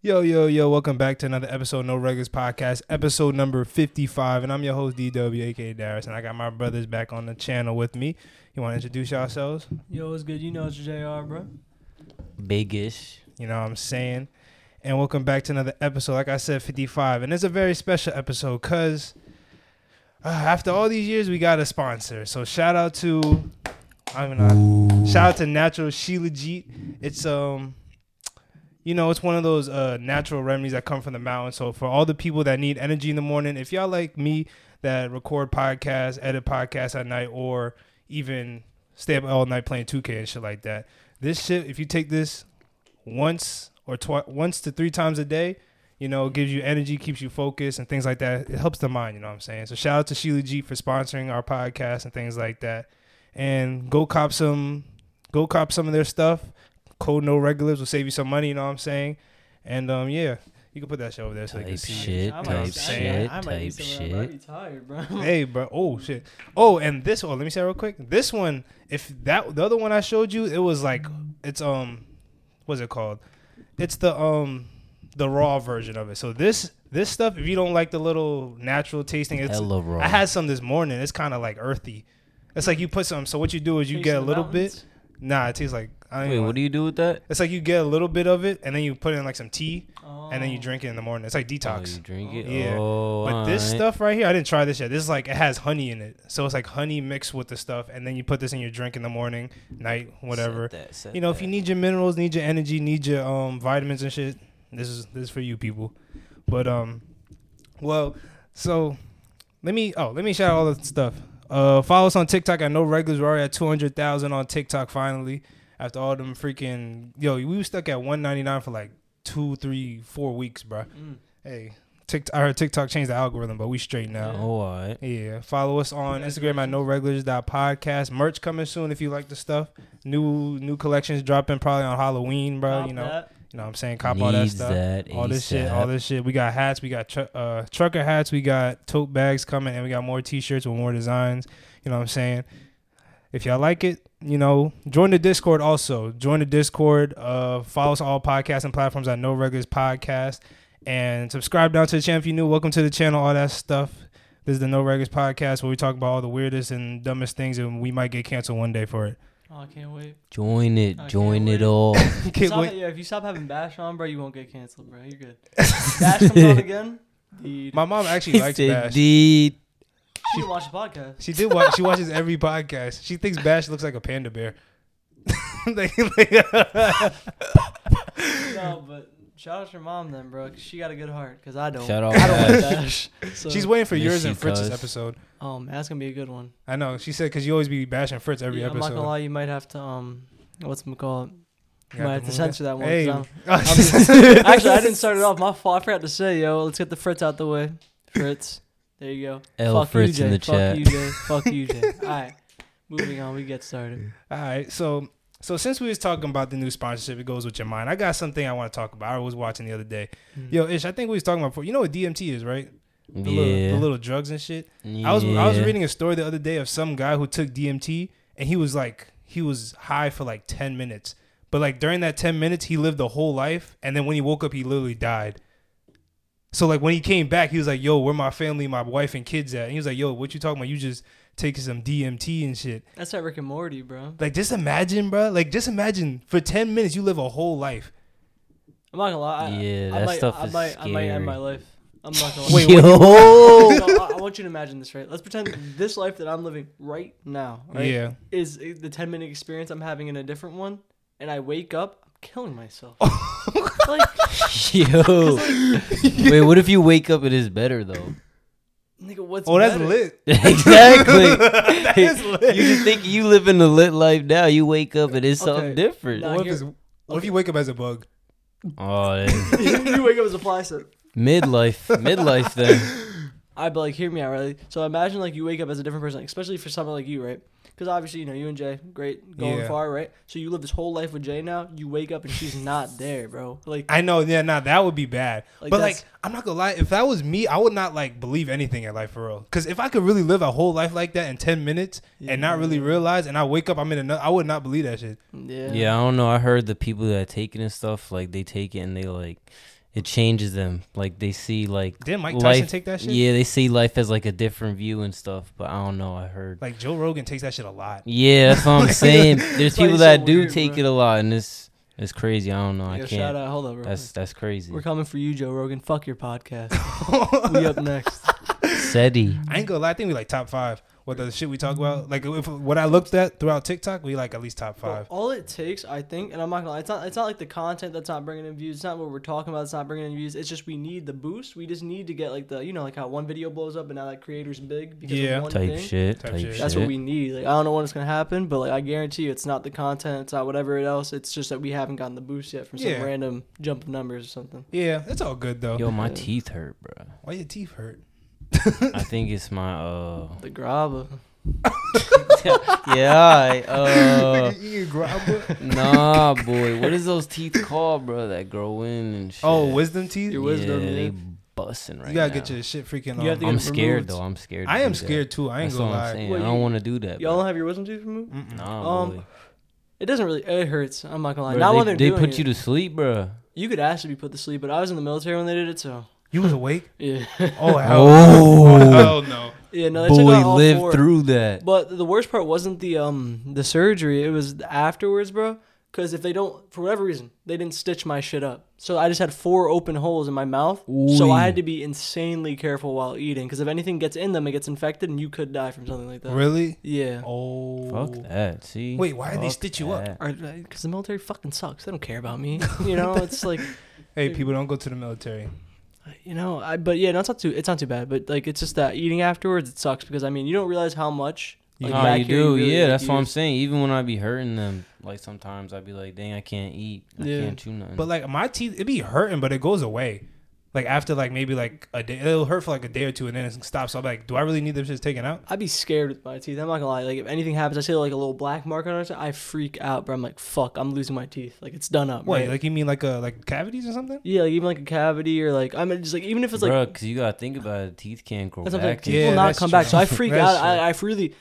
Yo, yo, yo, welcome back to another episode of No Records Podcast, episode number 55. And I'm your host, DW, aka Darius. And I got my brothers back on the channel with me. You want to introduce yourselves? Yo, what's good? You know it's JR, bro. Biggish. You know what I'm saying? And welcome back to another episode, like I said, 55. And it's a very special episode because uh, after all these years, we got a sponsor. So shout out to, I'm not, shout out to Natural Shilajit. It's, um, you know, it's one of those uh, natural remedies that come from the mountain. So for all the people that need energy in the morning, if y'all like me that record podcasts, edit podcasts at night, or even stay up all night playing 2K and shit like that, this shit, if you take this once or twice, once to three times a day, you know, it gives you energy, keeps you focused, and things like that. It helps the mind. You know what I'm saying? So shout out to Sheila G for sponsoring our podcast and things like that. And go cop some, go cop some of their stuff code no regulars will save you some money. You know what I'm saying? And um, yeah, you can put that shit over there so they can Type see. shit, I might- type I might- shit, I might be type somewhere, bro. I shit. be tired, bro. Hey, bro. Oh shit. Oh, and this one. Let me say real quick. This one, if that the other one I showed you, it was like it's um, what's it called? It's the um, the raw version of it. So this this stuff, if you don't like the little natural tasting, it's Hella raw. I had some this morning. It's kind of like earthy. It's like you put some. So what you do is you get a little bit. Nah, it tastes like. I Wait, what do you do with that? It's like you get a little bit of it, and then you put in like some tea, Oh. and then you drink it in the morning. It's like Oh, detox. you drink it? Yeah. Oh, but this alright. stuff right here, I didn't try this yet. This is like it has honey in it, so it's like honey mixed with the stuff, and then you put this in your drink in the morning, night, whatever. Set that, set You know, if that. you need your minerals, need your energy, need your um vitamins and shit, this is this is for you people. But um, well, so let me oh let me shout out all the stuff. Uh, follow us on TikTok. I know regulars were already at two hundred thousand on TikTok finally. After all them freaking yo, we were stuck at one ninety nine for like two, three, four weeks, bruh. Mm. Hey, TikTok, I heard TikTok changed the algorithm, but we straight now. Oh, all right. Yeah, follow us on Instagram at no regulars.podcast. Merch coming soon if you like the stuff. New new collections dropping probably on Halloween, bro. Pop you know, that. you know what I'm saying? Cop all that Needs stuff. that all this shit, all ASAP. this shit. We got hats, we got tru- uh, trucker hats, we got tote bags coming, and we got more t-shirts with more designs. You know what I'm saying? If y'all like it, you know, join the Discord also. Join the Discord. Uh, follow us on all podcasts and platforms at No Regulars Podcast. And subscribe down to the channel if you're new. Welcome to the channel, all that stuff. This is the No Regulars Podcast where we talk about all the weirdest and dumbest things, and we might get canceled one day for it. Oh, I can't wait. Join it, I join can't it wait. all. Can't Stop wait. it, yeah, if you stop having Bash on, bro, you won't get canceled, bro. You're good. Bash comes on again. Dude. My mom actually He likes said, Bash. "Deed." she didn't watch the podcast. She did watch. She watches every podcast. She thinks Bash looks like a panda bear. Like- like- No, but shout out to your mom then, bro. 'cause she got a good heart, cause I don't. Shout out I don't like Bash. Bash. So, She's waiting for Miss yours you, and Fritz's cuz. episode. Oh man, that's gonna be a good one. I know. She said because you always be bashing Fritz every Yeah, I'm not episode. gonna lie, you might have to um, what's it called? You might have to move censor that one, 'cause Hey. I'm- Oh, I'm just- Actually, I didn't start it off. My fault. I forgot to say, yo, let's get the Fritz out the way. Fritz, there you go. L Fritz you, Jay. in the Fuck chat. you, Jay. Fuck you, Jay. All right, moving on. We get started. All right. So so since we was talking about the new sponsorship, it goes with your mind. I got something I want to talk about. I was watching the other day. Hmm. Yo, Ish, I think we was talking about. before- You know what DMT is, right? The Little, Yeah. the little drugs and shit. I was I was Yeah. reading a story the other day of some guy who took DMT and he was like he was high for like ten minutes, but like during that ten minutes he lived a whole life, and then when he woke up he literally died. So like when he came back he was like, "Yo, where my family, my wife and kids at?" And he was like, "Yo, what you talking about? You just taking some DMT and shit." That's that Rick and Morty, bro. Like just imagine, bro. Like just imagine for ten minutes you live a whole life. I'm not gonna lie. I, Yeah, I that might, stuff I is might, I might end scary. my life. I'm not gonna lie. Wait, Yo. So, I, I want you to imagine this, right? Let's pretend this life that I'm living right now, right, Yeah. is uh, the 10 minute experience I'm having in a different one, and I wake up, I'm killing myself. Oh, like, Yo. Wait, what if you wake up? It is better though. nigga, what's Oh, that's better? lit. exactly. That is lit. You just think you living a lit life now. You wake up and it's something Okay. different. Nah, What if, here- it's, what if you wake up as a bug? Oh, that's you wake up as a fly slip. midlife, midlife then. I but like hear me out, right? So imagine like you wake up as a different person, like, especially for someone like you, right? Because obviously you know you and Jay, great, going Yeah. far, right? So you live this whole life with Jay now. You wake up and she's not there, bro. Like I know, yeah, nah, that would be bad. Like, but that's- like, I'm not gonna lie, if that was me, I would not like believe anything in life for real. Because if I could really live a whole life like that in ten minutes and not really realize, and I wake up, I'm in another, I would not believe that shit. yeah, Yeah, I don't know. I heard the people that take it and stuff, like they take it and they like it changes them. Like they see like Didn't Mike Tyson life. take that shit? Yeah, they see life as like a different view and stuff. But I don't know. I heard. Like Joe Rogan takes that shit a lot. yeah, that's what I'm saying. There's That's why people he's that so do weird, take bro. it a lot, and it's it's crazy. I don't know. I Yo, Shout can't. out. Hold up, bro. That's that's crazy. We're coming for you, Joe Rogan. Fuck your podcast. we up next. SETI. I ain't gonna lie, I think we like top five. What the shit we talk about? Like if, what I looked at throughout TikTok, we like at least top Bro, five. all it takes, I think, and I'm not gonna lie, it's not it's not like the content that's not bringing in views. It's not what we're talking about. It's not bringing in views. It's just we need the boost. We just need to get like the you know like how one video blows up and now that creator's big because Yeah. of one Type thing. shit. Type Type, shit. shit. That's what we need. Like I don't know when it's gonna happen, but like I guarantee you, it's not the content. It's not whatever else. It's just that we haven't gotten the boost yet from some Yeah. random jump of numbers or something. Yeah, it's all good though. Yo, my Yeah. teeth hurt, bro. Why your teeth hurt? I think it's my uh. The graba. yeah. I, uh. You grab what? Nah, boy. What is those teeth called, bro? That grow in and shit. oh, wisdom teeth. Your You wi- wisdom, Yeah, yeah. they busting right gotta now. get your shit freaking You have on. to I'm get scared removed. though. I'm scared. to I do am that. scared too. I ain't That's what gonna I'm lie. saying. Well, I you- don't want to do that. Y'all bro. don't have your wisdom teeth removed? Mm-mm. Nah, um, boy. It doesn't really. It hurts. I'm not gonna lie. Bro, Not they, when they're they doing put it. you to sleep, bro. You could ask to be put to sleep, but I was in the military when they did it, so You was awake? yeah, Oh hell, oh, Oh, hell no. yeah. No, they took boy, out all lived four. through that. But the worst part wasn't the um the surgery. It was the afterwards, bro. Because if they don't, for whatever reason, they didn't stitch my shit up, so I just had four open holes in my mouth. So I Ooh. had to be insanely careful while eating, because if anything gets in them, it gets infected, and you could die from something like that. Really? Yeah. Oh. Fuck that. See. Wait, why did they Fuck stitch you up? that. Because the military fucking sucks. They don't care about me. You know, it's like, Hey, people, don't go to the military. you know, I, but yeah, no, it's not too, it's not too bad. But like, it's just that eating afterwards, it sucks because I mean, you don't realize how much. Like, Nah, back you here, do. really, yeah, like, that's what I'm use- saying. Even when I be hurting them, like sometimes I'd be like, dang, I can't eat. I Yeah. can't chew nothing. But like my teeth, it be hurting, but it goes away. Like after like maybe like a day, it'll hurt for like a day or two, and then it stops. So I'm like, do I really need them shit taken out? I'd be scared with my teeth. I'm not gonna lie. Like if anything happens, I see like a little black mark on it. I freak out, bro. I'm like, fuck, I'm losing my teeth. Like it's done up. Wait, right? like you mean like a like cavities or something? yeah, like even like a cavity or like I'm just like even if it's like Bruh, cause you gotta think about it. Teeth can't grow that's what I'm saying, back. teeth Yeah, will not that's come back. So true. I freak That's out. I, I really,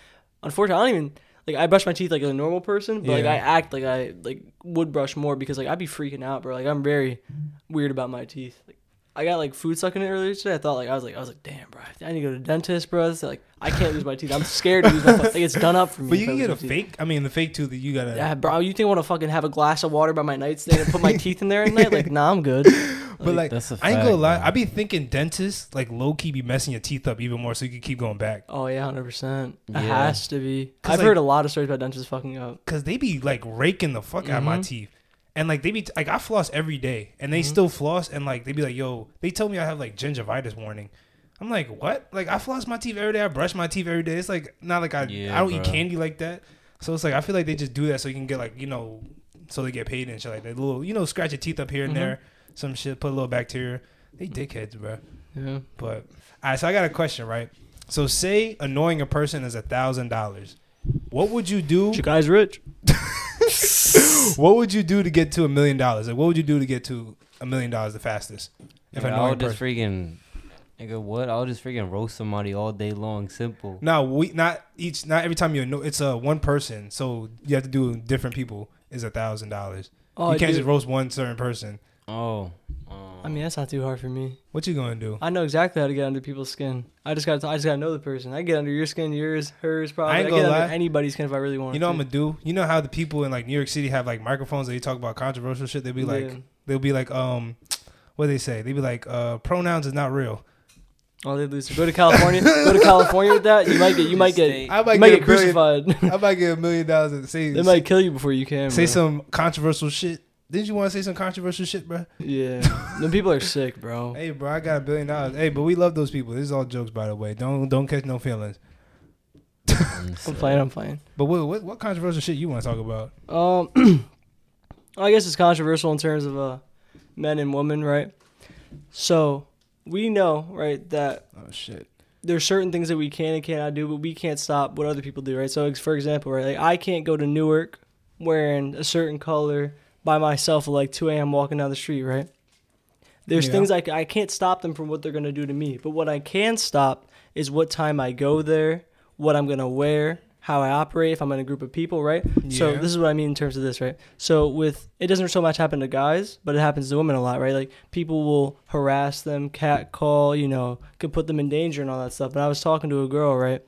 unfortunately, I don't even like I brush my teeth like a normal person, but like Yeah. I act like I like would brush more because like I'd be freaking out, bro. Like I'm very weird about my teeth. Like I got like food sucking it earlier today. I thought like I was like I was like damn, bro. I need to go to the dentist, bro. It's like I can't lose my teeth. I'm scared to lose my like it's done up for me. But if you I can lose get my a teeth. fake. I mean, the fake tooth that you gotta. Yeah, bro, you think I want to fucking have a glass of water by my nightstand and put my teeth in there at night? Like, nah, I'm good. but like, That's a I ain't fact, gonna lie. man. I be thinking dentists like low key be messing your teeth up even more, so you can keep going back. Oh yeah, hundred percent. It Yeah. has to be. 'Cause, I've like- heard a lot of stories about dentists fucking up. Cause they be like raking the fuck out of my Mhm. teeth, and like they be like I floss every day, and they still floss, and like they be like, yo, they tell me I have like gingivitis warning. I'm like, what? Like I floss my teeth every day. I brush my teeth every day. It's like not like I Yeah, I don't eat bro. candy like that. So it's like I feel like they just do that so you can get like you know so they get paid and shit like that. Little you know scratch your teeth up here and Mhm. there, some shit, put a little bacteria. They dickheads, bro. Yeah. But all right, so I got a question, right? So say annoying a person is a thousand dollars. What would you do? Your guy's rich. What would you do to get to a million dollars? Like, what would you do to get to a million dollars the fastest? If Nigga, I annoying would just person. freaking, nigga, what? I would just freaking roast somebody all day long. Simple. No, we not each. Not every time you know it's a one person, so you have to do different people. Is a thousand dollars. Oh, You can't just dude. roast one certain person. Oh. I mean, that's not too hard for me. What you gonna do? I know exactly how to get under people's skin. I just got. to I just got to know the person. I can get under your skin, yours, hers, probably. I I, ain't can gonna get lie. under anybody's skin if I really want. You know to. what I'm gonna do. You know how the people in like New York City have like microphones that you talk about controversial shit. They'll be like, Yeah. they'll be like, um, what they say? They be like, uh, pronouns is not real. Oh, they lose. Go to California. go to California with that. You might get. You might get. Stay- I might you might get, get a million. crucified. I might get a million dollars. and Say they might kill you before you can. say bro. some controversial shit. Didn't you want to say some controversial shit, bro? Yeah. Them people are sick, bro. Hey, bro, I got a billion dollars. Hey, but we love those people. This is all jokes, by the way. Don't don't catch no feelings. I'm playing. I'm playing. But what what, what controversial shit you want to talk about? Um, I guess it's controversial in terms of uh, men and women, right? So we know, right, that Oh shit. there's certain things that we can and cannot do, but we can't stop what other people do, right? So, ex- for example, right, like I can't go to Newark wearing a certain color by myself at like 2 a.m. walking down the street, right? There's Yeah. things I, c- I can't stop them from what they're gonna do to me, but what I can stop is what time I go there, what I'm gonna wear, how I operate if I'm in a group of people, right? So Yeah. this is what I mean in terms of this, right? So with it doesn't so much happen to guys, but it happens to women a lot, right? Like people will harass them, cat call, you know, could put them in danger and all that stuff. But I was talking to a girl, right?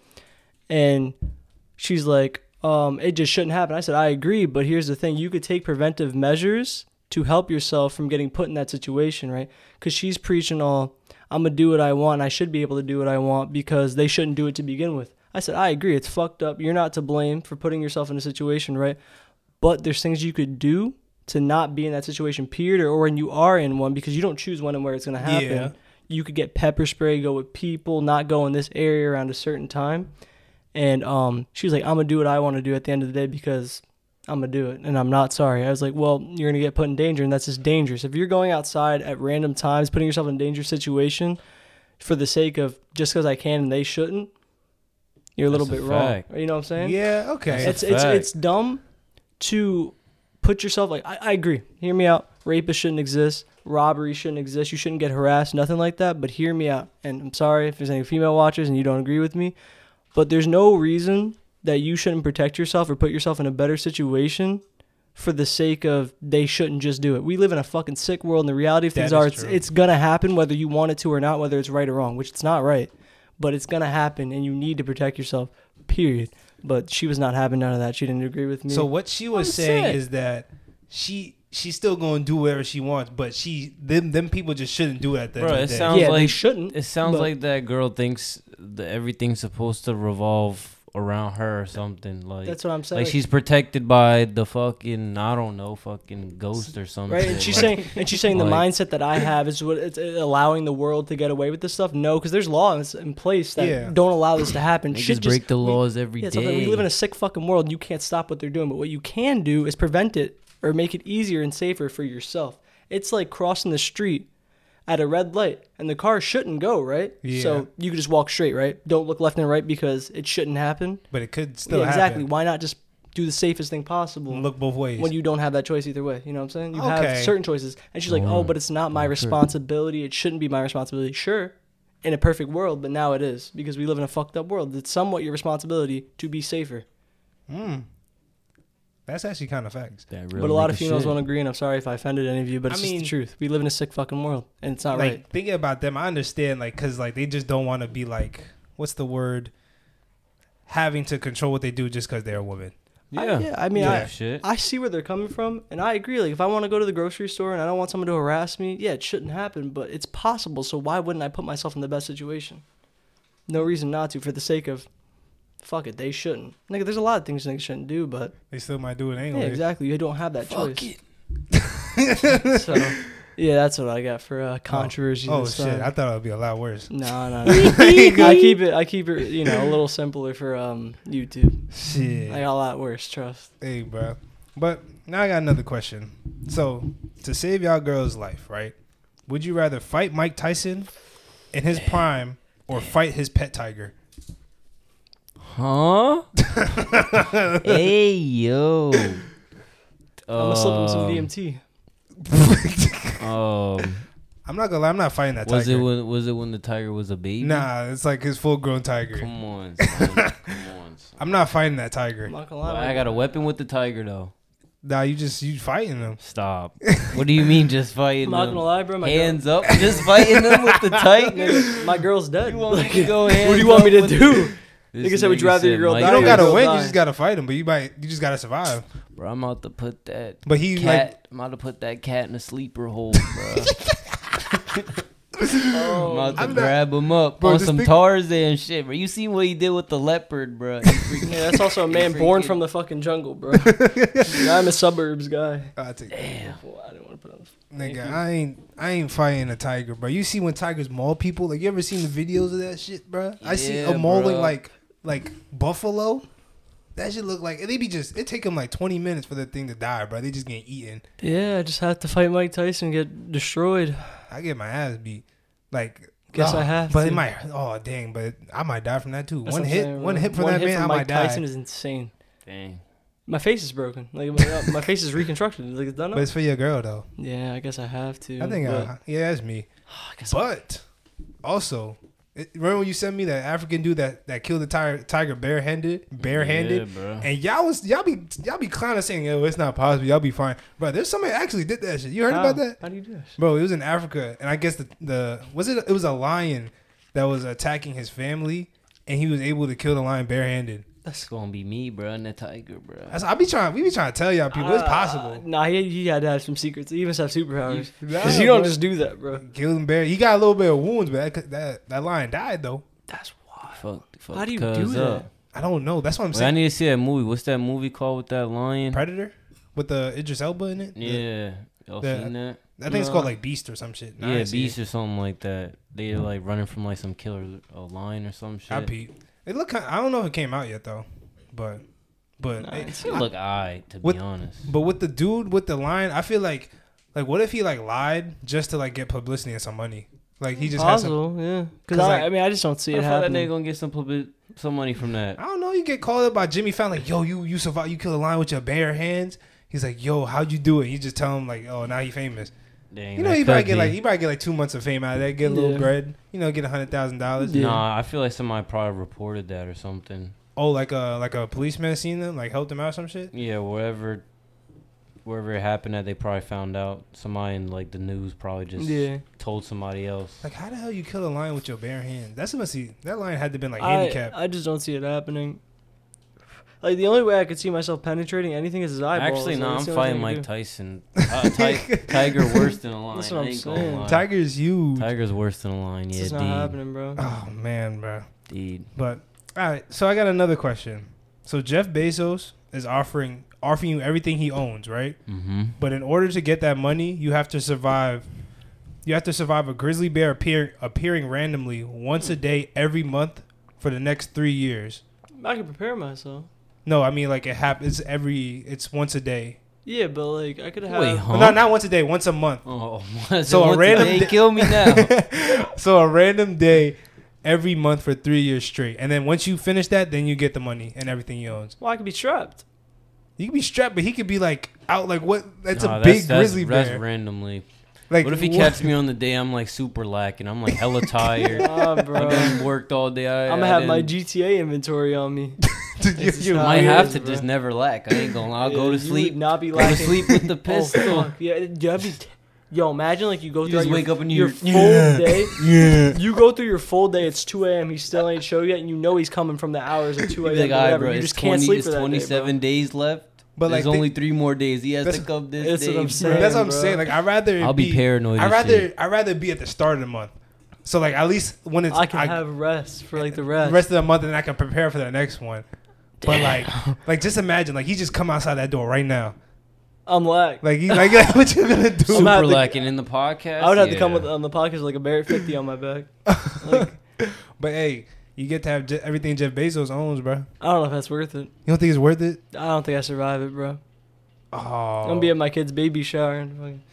And she's like, um, it just shouldn't happen. I said, I agree, but here's the thing: you could take preventive measures to help yourself from getting put in that situation, right? Because she's preaching all, I'm gonna do what I want. And I should be able to do what I want because they shouldn't do it to begin with. I said, I agree. It's fucked up. You're not to blame for putting yourself in a situation, right? But there's things you could do to not be in that situation, period, or, or when you are in one because you don't choose when and where it's gonna happen. Yeah. You could get pepper spray, go with people, not go in this area around a certain time. And um, she was like, I'm gonna do what I want to do at the end of the day because I'm gonna do it, and I'm not sorry. I was like, well, you're gonna get put in danger, and that's just dangerous. If you're going outside at random times, putting yourself in a dangerous situation for the sake of just because I can and they shouldn't, you're a little That's a bit wrong. fact. You know what I'm saying? Yeah. Okay. That's It's a it's fact. it's dumb to put yourself like I, I agree. Hear me out. Rapists shouldn't exist. Robbery shouldn't exist. You shouldn't get harassed. Nothing like that. But hear me out. And I'm sorry if there's any female watchers and you don't agree with me, but there's no reason that you shouldn't protect yourself or put yourself in a better situation for the sake of they shouldn't just do it. We live in a fucking sick world, and the reality of That things is are it's, true. it's gonna happen whether you want it to or not, whether it's right or wrong, which it's not right, but it's gonna happen, and you need to protect yourself. Period. But she was not having none of that. She didn't agree with me. So what she was I'm saying sick. is that she she's still gonna do whatever she wants, but she them them people just shouldn't do it at the Bro, end it of the day. sounds yeah, they like- shouldn't. It sounds But- like that girl thinks that everything's supposed to revolve around her or something. Like That's what I'm saying. like she's protected by the fucking I don't know fucking ghost or something. right, and she's like, saying, and she's saying the Like- mindset that I have is what it's uh, allowing the world to get away with this stuff. No, because there's laws in place that Yeah. don't allow this to happen. niggas Should just- break the we- laws every day. yeah, it's something- We live in a sick fucking world. And you can't stop what they're doing, but what you can do is prevent it or make it easier and safer for yourself. It's like crossing the street at a red light, and the car shouldn't go right. Yeah. So you could just walk straight, right? Don't look left and right because it shouldn't happen. but it could still yeah, exactly. happen. Why not just do the safest thing possible? Look both ways. when you don't have that choice either way. You know what I'm saying? You Okay. have certain choices. And she's like, oh, but it's not my responsibility. It shouldn't be my responsibility. Sure, in a perfect world, but now it is because we live in a fucked up world. It's somewhat your responsibility to be safer. Mm. That's actually kind of facts. That but real a lot nigga of females shit. won't agree, and I'm sorry if I offended any of you, but I it's mean- just the truth. We live in a sick fucking world, and it's not like right. thinking about them, I understand like because like they just don't want to be like what's the word having to control what they do just because they're a woman. I- Yeah, yeah, I mean, yeah, I- shit. I see where they're coming from, and I agree. Like, if I want to go to the grocery store and I don't want someone to harass me, yeah, it shouldn't happen, but it's possible. So why wouldn't I put myself in the best situation? No reason not to, for the sake of, fuck it, they shouldn't. Nigga, there's a lot of things niggas shouldn't do, but They still might do it yeah, anyway. exactly. You don't have that Fuck choice. it. so, yeah, that's what I got for uh, controversy. Oh uh, this shit! time. I thought it would be a lot worse. no, no, no. I keep it. I keep it. You know, a little simpler for um YouTube. Shit. I got a lot worse. Trust. Hey, bro. But now I got another question. So, to save y'all girl's life, right? Would you rather fight Mike Tyson in his prime or fight his pet tiger? Huh? hey yo. I'm gonna slip him some Uh, Um, DMT. Um, I'm not gonna lie, I'm not fighting that was it tiger. when was it when the tiger was a baby? nah, it's like his full grown tiger. Come on, son. come on. Son. I'm not fighting that tiger. I'm not gonna Well, lie. I got a weapon with the tiger though. Nah, you just you fighting him. Stop. what do you mean just fighting I'm uh, not them? gonna lie, bro. My girl- hands up, just fighting them with the tiger. Nigga, my girl's dead. You want me to go hands what do you want me up to with- do? This Nigga said would nigga you rather your said girl Mike You die don't or gotta you'll win. die. You just gotta fight him. But you might you just gotta survive. Bro, I'm out to put that But he cat. I'm out to put that cat in a sleeper hole, bro. Oh, I'm out to I'm not- grab him up Bro, on just some think- Tarzan shit, bro. You seen what he did with the leopard, bro? He freaking- Yeah, that's also a man born from the fucking jungle, bro. Dude, I'm a suburbs guy. like I take Well, I didn't want to put on. nigga. I ain't I ain't fighting a tiger, bro. You see when tigers maul people? Like you ever seen the videos of that shit, bro? I see Yeah, a mauling bruh. like like buffalo. That shit look like they be just it take them like twenty minutes for the thing to die, bro. They just getting eaten. Yeah, I just have to fight Mike Tyson, and get destroyed. I get my ass beat. Like Guess oh, I have But to. it might. Oh dang! But I might die from that too. That's one what I'm hit, saying, one bro. hit from One that man, from I Mike might die. Tyson is insane. Dang. My face is broken. Like my, my face is reconstructed. Like it's done but up. it's for your girl though. Yeah, I guess I have to. I think. uh, but- I, yeah, that's me. I guess I- But also, It- Remember when you sent me that African dude that, that killed the tiger, tiger barehanded, barehanded, Yeah, bro. and y'all was y'all be y'all be clowning saying yo it's not possible y'all be fine, bro. There's somebody that actually did that shit. You heard how, about that? How do you do this? Bro, it was in Africa, and I guess the the was it it was a lion that was attacking his family, and he was able to kill the lion barehanded. That's gonna be me, bro, and the tiger, bro. That's, I be trying, we be trying to tell y'all people it's Uh, possible. Nah, he, he had to have some secrets. He must have superpowers. Nah, Because you don't bro. just do that, bro. Killed him bare. He got a little bit of wounds, but that that, that lion died though. That's wild. fuck, fuck. How do you do cuz that? up. I don't know. That's what I'm Wait, I saying. need to see that movie. What's that movie called with that lion? Predator with the Idris Elba in it. Mm-hmm. yeah, y'all the- seen that? I think it's called No. like Beast or some shit. Nah, I yeah, Mm-hmm. ain't seen beast or something like that. They like running from like some killer uh, lion or some It. I shit. peep. It look. Kind I don't know if it came out yet though, but but Nah, it- it's- It look alright to With- be honest. But with the dude with the line, I feel like like what if he like lied just to like get publicity and some money? Like he just has some, Possible, yeah. 'Cause Because I, like- I mean, I just don't see I it thought that happening. nigga gonna get some public, some money from that. I don't know, you get called up by Jimmy Fallon like, "Yo, you you survive you kill a lion with your bare hands." He's like, "Yo, how'd you do it?" You just tell him like, "Oh, now he famous." Dang, You know, that he probably could get like be. he probably get like 2 months of fame out of that, get a little Yeah. bread, you know, get a $100,000. Yeah. Nah, I feel like somebody probably reported that or something. Oh, like a like a policeman seen them, like helped him out or some shit. Yeah, wherever, wherever it happened at, they probably found out. Somebody in like the news probably just Yeah. told somebody else. Like how the hell you kill a lion with your bare hands? That's must be that lion had to been like I, handicapped. I just don't see it happening. Like, the only way I could see myself penetrating anything is his eyeballs. Actually, Like, no, I'm that's the only fighting thing I Mike could Tyson. Uh, ti- tiger worse than a lion. That's what I I'm ain't gonna saying. lie. Tiger's huge. Tiger's worse than a lion. It's Yeah, just not dude. happening, bro. Oh man, bro. Dude. But all right, so I got another question. So Jeff Bezos is offering offering you everything he owns, right? Mm-hmm. But in order to get that money, you have to survive. You have to survive a grizzly bear appear, appearing randomly once a day every month for the next three years. I could prepare myself. No, I mean like it happens every. It's once a day. Yeah, but, like, I could have. Wait, huh? Well, not not once a day. Once a month. Oh, So a so a random random di- kill me now. so a random day every month for three years straight, and then once you finish that, then you get the money and everything he owns. Well, I could be trapped. You could be strapped, but he could be like out like what? That's Nah, a big that's, grizzly that's bear. randomly. like what if he catches me on the day I'm like super lacking? I'm like hella tired. Nah, I bro. done worked all day. I, I'm gonna I have my didn't- GTA inventory on me. Dude, you- It's you- not- might Weird, have to bro. just never lack. I ain't gonna. lie. I'll Yeah, go to you would sleep. Not be Go to lacking. sleep with the Oh, pistol. fuck. yeah, that'd be. T- Yo, imagine like you go You through just your, wake up and your you- full day. You go through your full day. It's 2 a.m. He still ain't show yet, and you know he's coming from the hours of 2 You'd a.m. be like, or all right, whatever. bro. you It's just can't twenty. sleep It's for that twenty-seven days left. but like There's thi- only three more days. He has That's- to come this that's day. what I'm bro. saying. that's what I'm bro. saying. Like I rather it I'll be paranoid. I as rather shit. I rather be at the start of the month. So like at least when Day, it's bro. I can have rest for like the rest. rest of the month, and I can prepare for the next one. But like, like just imagine, like he just come outside that door right now. I'm like, Like, he, like, like what you gonna do? I'm super out the- lacking in the podcast. I would have to come Yeah. with uh, on the podcast with, like a Barrett 50 on my back. Like, But hey, you get to have Je- everything Jeff Bezos owns, bro. You I don't know if that's worth it. don't think it's worth it? I don't think I survive it, bro. Oh, I'm gonna be at my kid's baby shower and fucking,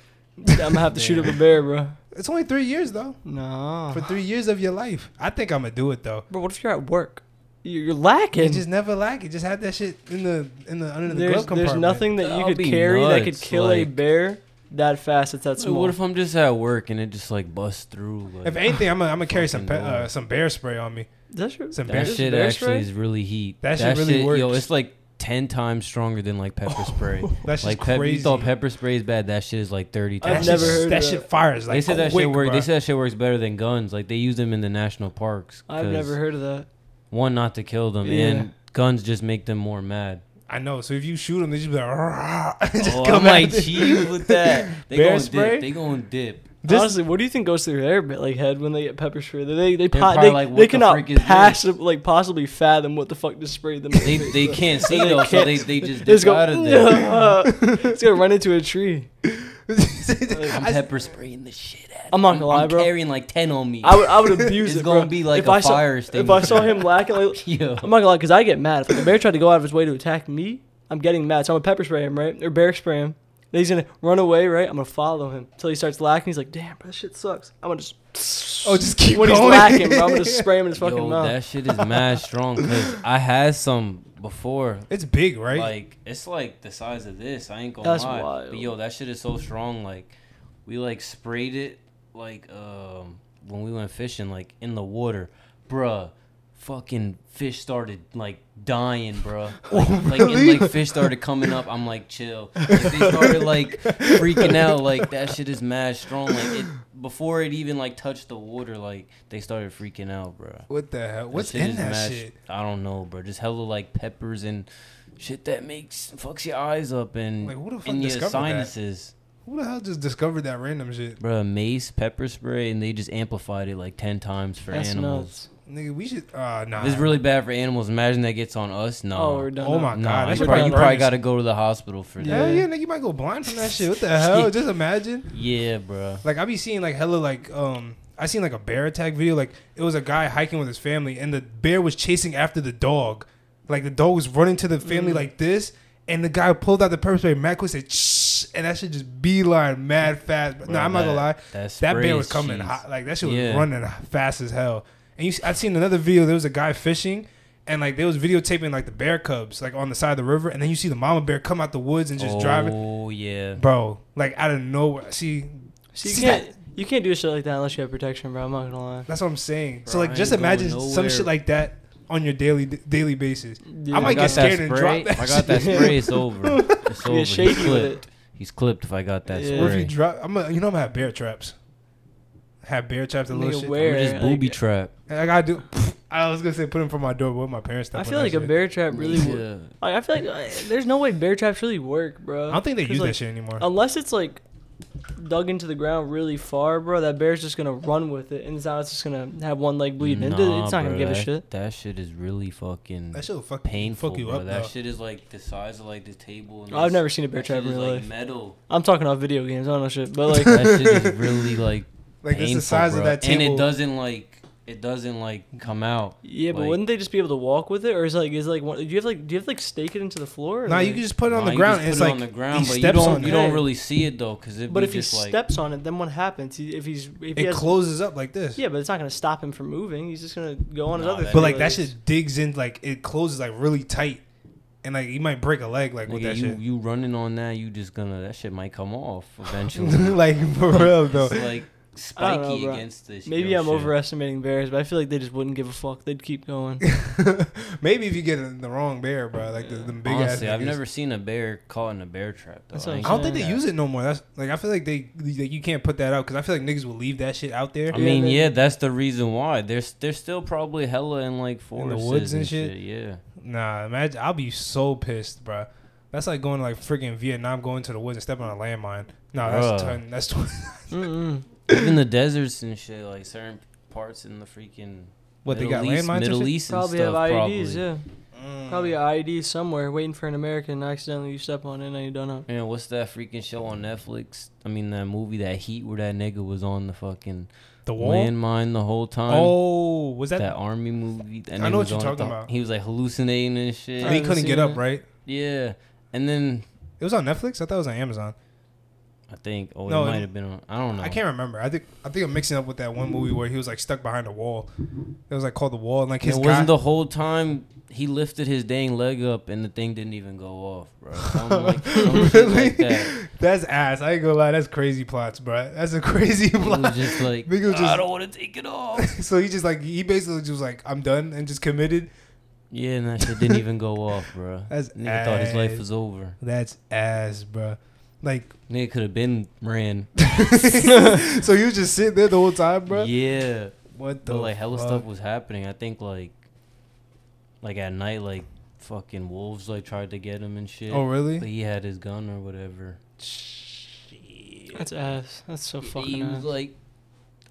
I'm gonna have to shoot up a bear, bro. it's only three years though. No. For three years of your life, I think I'm gonna do it though. Bro, what if you're at work? You're, you're You lacking. just never lack it. Just had that shit in the in the under the glove there's, compartment. there's nothing that you That'll could be carry that could nuts, kill a like- bear that fast. It's that So small. what if I'm just at work and it just like busts through? Like, If anything, I'm gonna I'm gonna carry some pe- Fucking uh, dog. some bear spray on me. that shit, Some bear. that Bear- shit bear actually spray? is really heat. That shit really Yo, works. it's like ten times stronger than like pepper spray. That's like just pep- crazy. you thought pepper spray is bad. That shit is like thirty that I've times. shit, never worse. heard of that that. shit fires like they said that quick, shit work. They bruh. said that shit works better than guns. Like they use them in the national parks. I've 'cause, never heard of that. one not to kill them, Yeah. and guns just make them more mad. I know. So if you shoot them, they just be like, "Rah," and just oh, I come might at it. cheat with that. They Bear gonna spray? dip. They gonna dip. This- Honestly, what do you think goes through their bit- like head when they get pepper spray? They they they, They're po- probably they, like, what they the cannot frick is this? pass, like possibly fathom what the fuck just sprayed them. in the They face, they bro. can't see They though, so can't- they they just It's dip out of there. it's gonna run into a tree. I'm I- pepper spraying the shit out. I'm not gonna lie, bro. carrying like ten on me. I would, I would abuse it's it, gonna bro. be like if a I saw, fire If extinguisher. I saw him lacking, like, Yo. I'm not gonna lie, cause I get mad. If like, a bear tried to go out of his way to attack me, I'm getting mad. So I'm gonna pepper spray him, right? Or bear spray him. Then he's gonna run away, right? I'm gonna follow him until he starts lacking. He's like, damn, bro, that shit sucks. I'm gonna just oh, just keep when he's going. lacking, bro, I'm gonna just spray him in his fucking Yo, mouth. that shit is mad strong. Cause I had some before. it's big, right? Like it's like the size of this. I ain't gonna That's lie. wild. But yo, that shit is so strong. Like we like sprayed it like um when we went fishing, like in the water, bruh. Fucking fish started like dying, bruh. Like, Oh, really? like, like fish started coming up. I'm like, chill. Like, they started like freaking out. Like that shit is mad strong. Like it, before it even like touched the water, like they started freaking out, bruh. What the hell? That What's shit in is that mad- shit? I don't know, bro. Just hella like peppers and shit that makes fucks your eyes up and Like, who the fuck and your discovered that? sinuses, Who the hell just discovered that random shit? bro. Mace pepper spray and they just amplified it like ten times for That's animals. nuts. Nigga, we should. Ah, nah. This is really bad for animals. Imagine that gets on us. No. Oh, we're done. Oh now. my Nah, god, that you shit probably, probably you probably burns. gotta go to the hospital for that. Hell Yeah. yeah, nigga, you might go blind from that shit. What the hell? Just imagine. Yeah, bro. Like I be seeing like hella like um I seen like a bear attack video. Like it was a guy hiking with his family and the bear was chasing after the dog. Like the dog was running to the family Mm. like this, and the guy pulled out the pepper spray. Mac was said shh, and that shit just beeline mad fast. No, Bro, I'm not gonna lie. That, That spray bear was is coming cheese. hot. Like that shit was Yeah. running fast as hell. And you, I seen another video. There was a guy fishing, and like they was videotaping like the bear cubs like on the side of the river, and then you see the mama bear come out the woods and just oh, driving, yeah. bro. Like out of nowhere. See, So you See can't you can't do shit like that unless you have protection, bro. I'm not gonna lie. that's what I'm saying. so Bro, like, I just ain't going imagine some nowhere. shit like that on your daily daily basis. Yeah. I might got get that scared and spray- drop that If I got that shit. spray, it's over. It's You over. get shady He's with clipped. it. He's clipped if I got that Yeah. spray. What if you drop? I'm a, you know I'm gonna have bear traps. Have bear traps the little Nigga, shit. where- I'm just Like- booby trap. I gotta do. I was gonna say put them from my door, but my parents. step I on feel that like a shit. bear trap really. Wor- Yeah. like, I feel like uh, there's no way bear traps really work, bro. I don't think they 'Cause, use like, that shit anymore. Unless it's like dug into the ground really far, bro. That bear's just gonna run with it, and it's not it's just gonna have one leg bleeding. It- Nah, it's not gonna bro, give a that- shit. That shit is really fucking That shit will fuck, painful. fuck you bro. up. that though. shit is like the size of like the table. And I've this- never seen a bear that trap shit in is, real like life. metal. I'm talking off video games. I don't know shit, but like that shit is really like Like painful, it's the size bro. of that table. and it doesn't like it doesn't like come out. Yeah, but Like- wouldn't they just be able to walk with it, or is like is like one, do you have like do you have like stake it into the floor? or, Nah, you like- can just put it on Nah, the you ground. just and put It's it like on the ground, he but you steps on don't you it. don't it. really see it though, because it. But be if he just, like, steps on it, then what happens? He, if he's if he it has, closes up like this. yeah, but it's not gonna stop him from moving. He's just gonna go on his Nah, other. that- But like that legs. shit digs in, like it closes like really tight, and like you might break a leg like with Nigga, that you, shit. you running on that, you just gonna that shit might come off eventually. like for real though. it's like I don't know, spiky bro. against this. Maybe yo, I'm shit. overestimating bears, but I feel like they just wouldn't give a fuck. They'd keep going. Maybe if you get in the wrong bear, bro, like the, Yeah. the big Honestly, ass. I've niggas. never seen a bear caught in a bear trap though. That's what I I'm ain't I don't think seen they that. use it no more. That's like I feel like they like you can't put that out because I feel like niggas will leave that shit out there. I Yeah, mean, they- yeah, that's the reason why. There's there's still probably hella in like the forests woods and shit? Yeah, Nah, imagine I'll be so pissed, bro. That's like going to like freaking Vietnam, going to the woods and stepping on a landmine. Nah, that's Bruh. ton, that's ton. Mm-mm. even the deserts and shit, like certain parts in the freaking what they got Middle East, landmines. and Middle shit? East, Probably and have IEDs, stuff, probably. yeah. Probably Mm. an IED somewhere waiting for an American. And accidentally you step on it and you don't know. Man, what's that freaking show on Netflix? I mean, that movie, that Heat, where that nigga was on the fucking the wall. landmine the whole time. oh, was that, that? army movie. That I nigga know what was you're on talking the- about. He was like hallucinating and shit. they I've couldn't get seen up, it. right? Yeah, and then It was on Netflix. I thought it was on Amazon. I think oh, No, it it- might have been on. I don't know. I can't remember. I think I think I'm mixing up with that one movie where he was like stuck behind a wall. It was like called the wall, and like It his guy. wasn't the whole time he lifted his dang leg up and the thing didn't even go off, bro. Something like, some shit like Really? that. That's ass. I ain't gonna lie. That's crazy plots, bro. That's a crazy He was plot. just like, Nigga was I just- don't want to take it off. so he just like he basically just was like I'm done and just committed. yeah, and that shit didn't even go off, bro. That's Nigga thought his life ass. was over. That's ass, bro. Like Nigga could have been ran. so you just sit there the whole time, bro. Yeah. What the But like hella fuck? stuff was happening. I think like like at night like fucking wolves like tried to get him and shit. Oh really? But he had his gun or whatever. That's ass. That's so he fucking was ass. like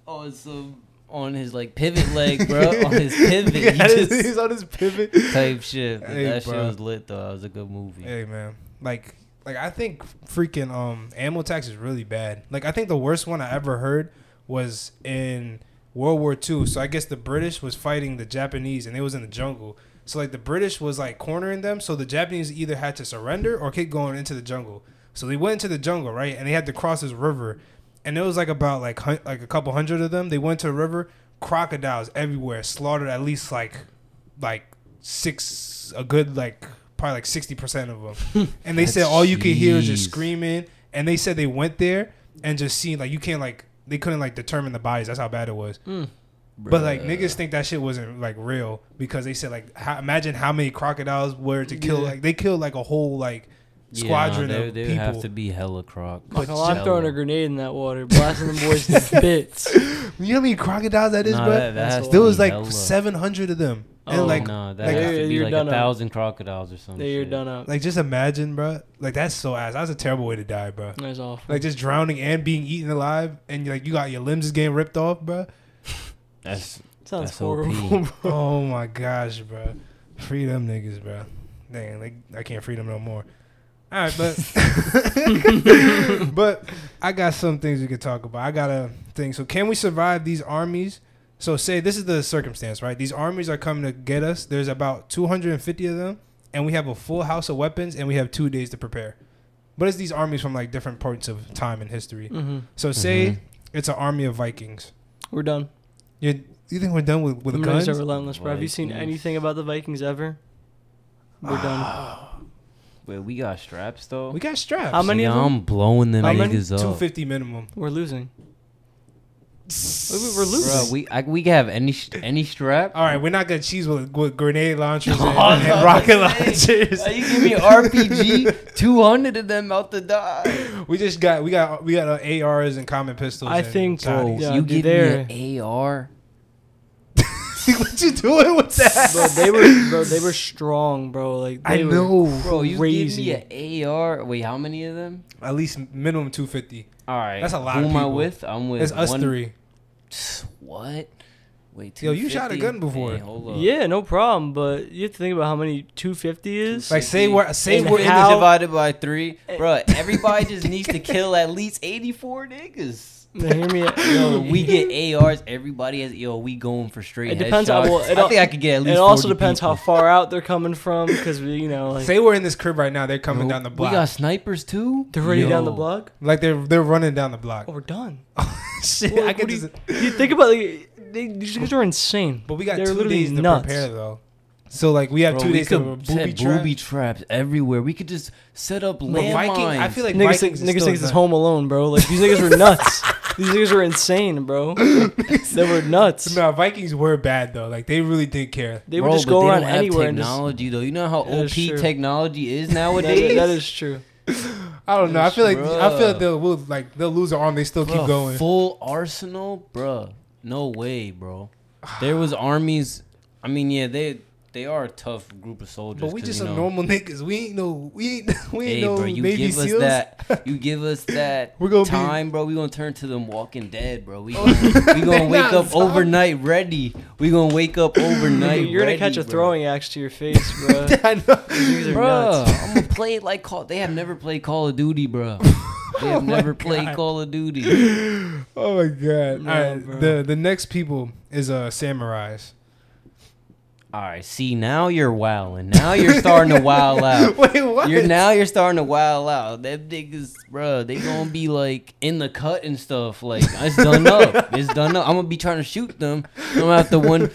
on some on his like pivot leg, bro. on his pivot. He just he's on his pivot. type shit. But Hey, that shit bro. was lit though. That was a good movie. Hey man, like like I think freaking um animal tax is really bad. Like I think the worst one I ever heard was in World War II. So I guess the British was fighting the Japanese and they was in the jungle. So like the British was like cornering them. So the Japanese either had to surrender or keep going into the jungle. So they went into the jungle right, and they had to cross this river. And it was like about like hun- like a couple hundred of them. They went to a river. Crocodiles everywhere slaughtered at least like like six a good like probably like 60% of them and they said all you could hear is just Jeez. screaming and they said they went there and just seen like you can't like they couldn't like determine the bodies. That's how bad it was. Mm. But like Bruh. niggas think that shit wasn't like real because they said like how, imagine how many crocodiles were to kill Yeah. like they killed like a whole like Yeah, squadron they, of they would people. have to be hella croc. Like, But I'm Hella. throwing a grenade in that water, blasting them boys to bits. You know how many crocodiles that is, Nah, bro? that- that has to there was be like hella. seven hundred of them, Oh, and like no, that like- has to be You're like done a up. thousand crocodiles or something. Then you're done up. like just imagine, bro. Like that's so ass. That's a terrible way to die, bro. That's awful. Like just drowning and being eaten alive, and like you got your limbs just getting ripped off, bro. That's Sounds that's OP. horrible. oh my gosh, bro. Free them niggas, bro. Dang, like I can't free them no more. All right, but but I got some things we could talk about. I got a thing. So can we survive these armies? So say this is the circumstance, right? These armies are coming to get us. There's about 250 of them, and we have a full house of weapons, and we have two days to prepare. But it's these armies from like different parts of time and history. hmm So say Mhm. it's an army of Vikings. We're done. You you think we're done with with I'm guns? Are relentless, bro. Have you seen Vikings. anything about the Vikings ever? We're done. Ah. Wait, we got straps though. We got straps. How many See, of them? I'm blowing them How many? niggas Two up. fifty minimum. We're losing. We- We're losing. Bro, we I, we can have any sh- any strap. All right, we're not gonna cheese with, with grenade launchers and, Oh, and no, rocket that's launchers. Uh, you give me RPG, two hundred of them out the die. We just got we got we got uh, ARs and common pistols. I and think- Toddies. Yeah, you dude, give me an AR. what you doing with that? bro, they were bro, they were strong, bro. Like I they were- know. Bro, you Crazy. give me an AR. Wait, how many of them? At least minimum two fifty. All right, That's a lot Who of am I people. with? I'm with It's us one- three. What? Wait, Yo, you shot a 250? gun before. Hey, hold up. Yeah, no problem. But you have to think about how many 250 is. Like say we're say And we're in If it's how- the divided by three, bro. Everybody just needs to kill at least eighty-four niggas. Now, hear me. out. Yo, we get ARs. Everybody has yo. We going for straight. It depends on- headshots. well, it I al- think I could get at least. It also 40 depends people. how far out they're coming from, because we, you know, like say we're in this crib right now. They're coming Nope. down the block. We got snipers too. they're already down the Yo. block. like they're they're running down the block. Oh, we're done. Shit, Well, I like, can what do just- you, you think about like they, these guys are insane. But we got They're two literally days to nuts. prepare though. So like we have Bro, two we days to could booby set trap. booby traps everywhere. We could just set up But landmines. Viking, I feel like niggas think, Vikings niggas is think still it's nuts. Home Alone, bro. Like these niggas were nuts. These niggas were insane, bro. they were nuts. No, Vikings were bad though. Like they really did care. They would Bro, just but go they around don't have anywhere and just. technology though. You know how That is OP true. technology is That- nowadays. that is true. I don't know. I feel like I feel Bruh. like they'll will, like they'll lose their arm. They still Bruh, keep going. Full arsenal, bruh. No way, bro. There was armies. I mean, yeah, they they are a tough group of soldiers. but we 'cause, just you some know, normal niggas. We ain't no we ain't we ain't Hey, no bro, you Navy give us SEALs. that. You give us that. We're gonna be- time, bro. We gonna turn to them Walking Dead, bro. We gonna, we gonna wake not up zombie. overnight ready. We gonna wake up overnight. You're gonna ready, catch a bro. throwing axe to your face, bro. I know. These are Bruh, nuts. I'm gonna play it like Call. They have never played Call of Duty, bro. They Oh have my never played God. Call of Duty. Oh my god. No, All right, bro. the the next people is uh samurais. All right, see now you're wowing. Now you're starting to wow out. Wait, what? You're now you're starting to wow out. Them niggas, bro, they gonna be like in the cut and stuff. Like it's done up. It's done up. I'm gonna be trying to shoot them. I'm gonna have to one.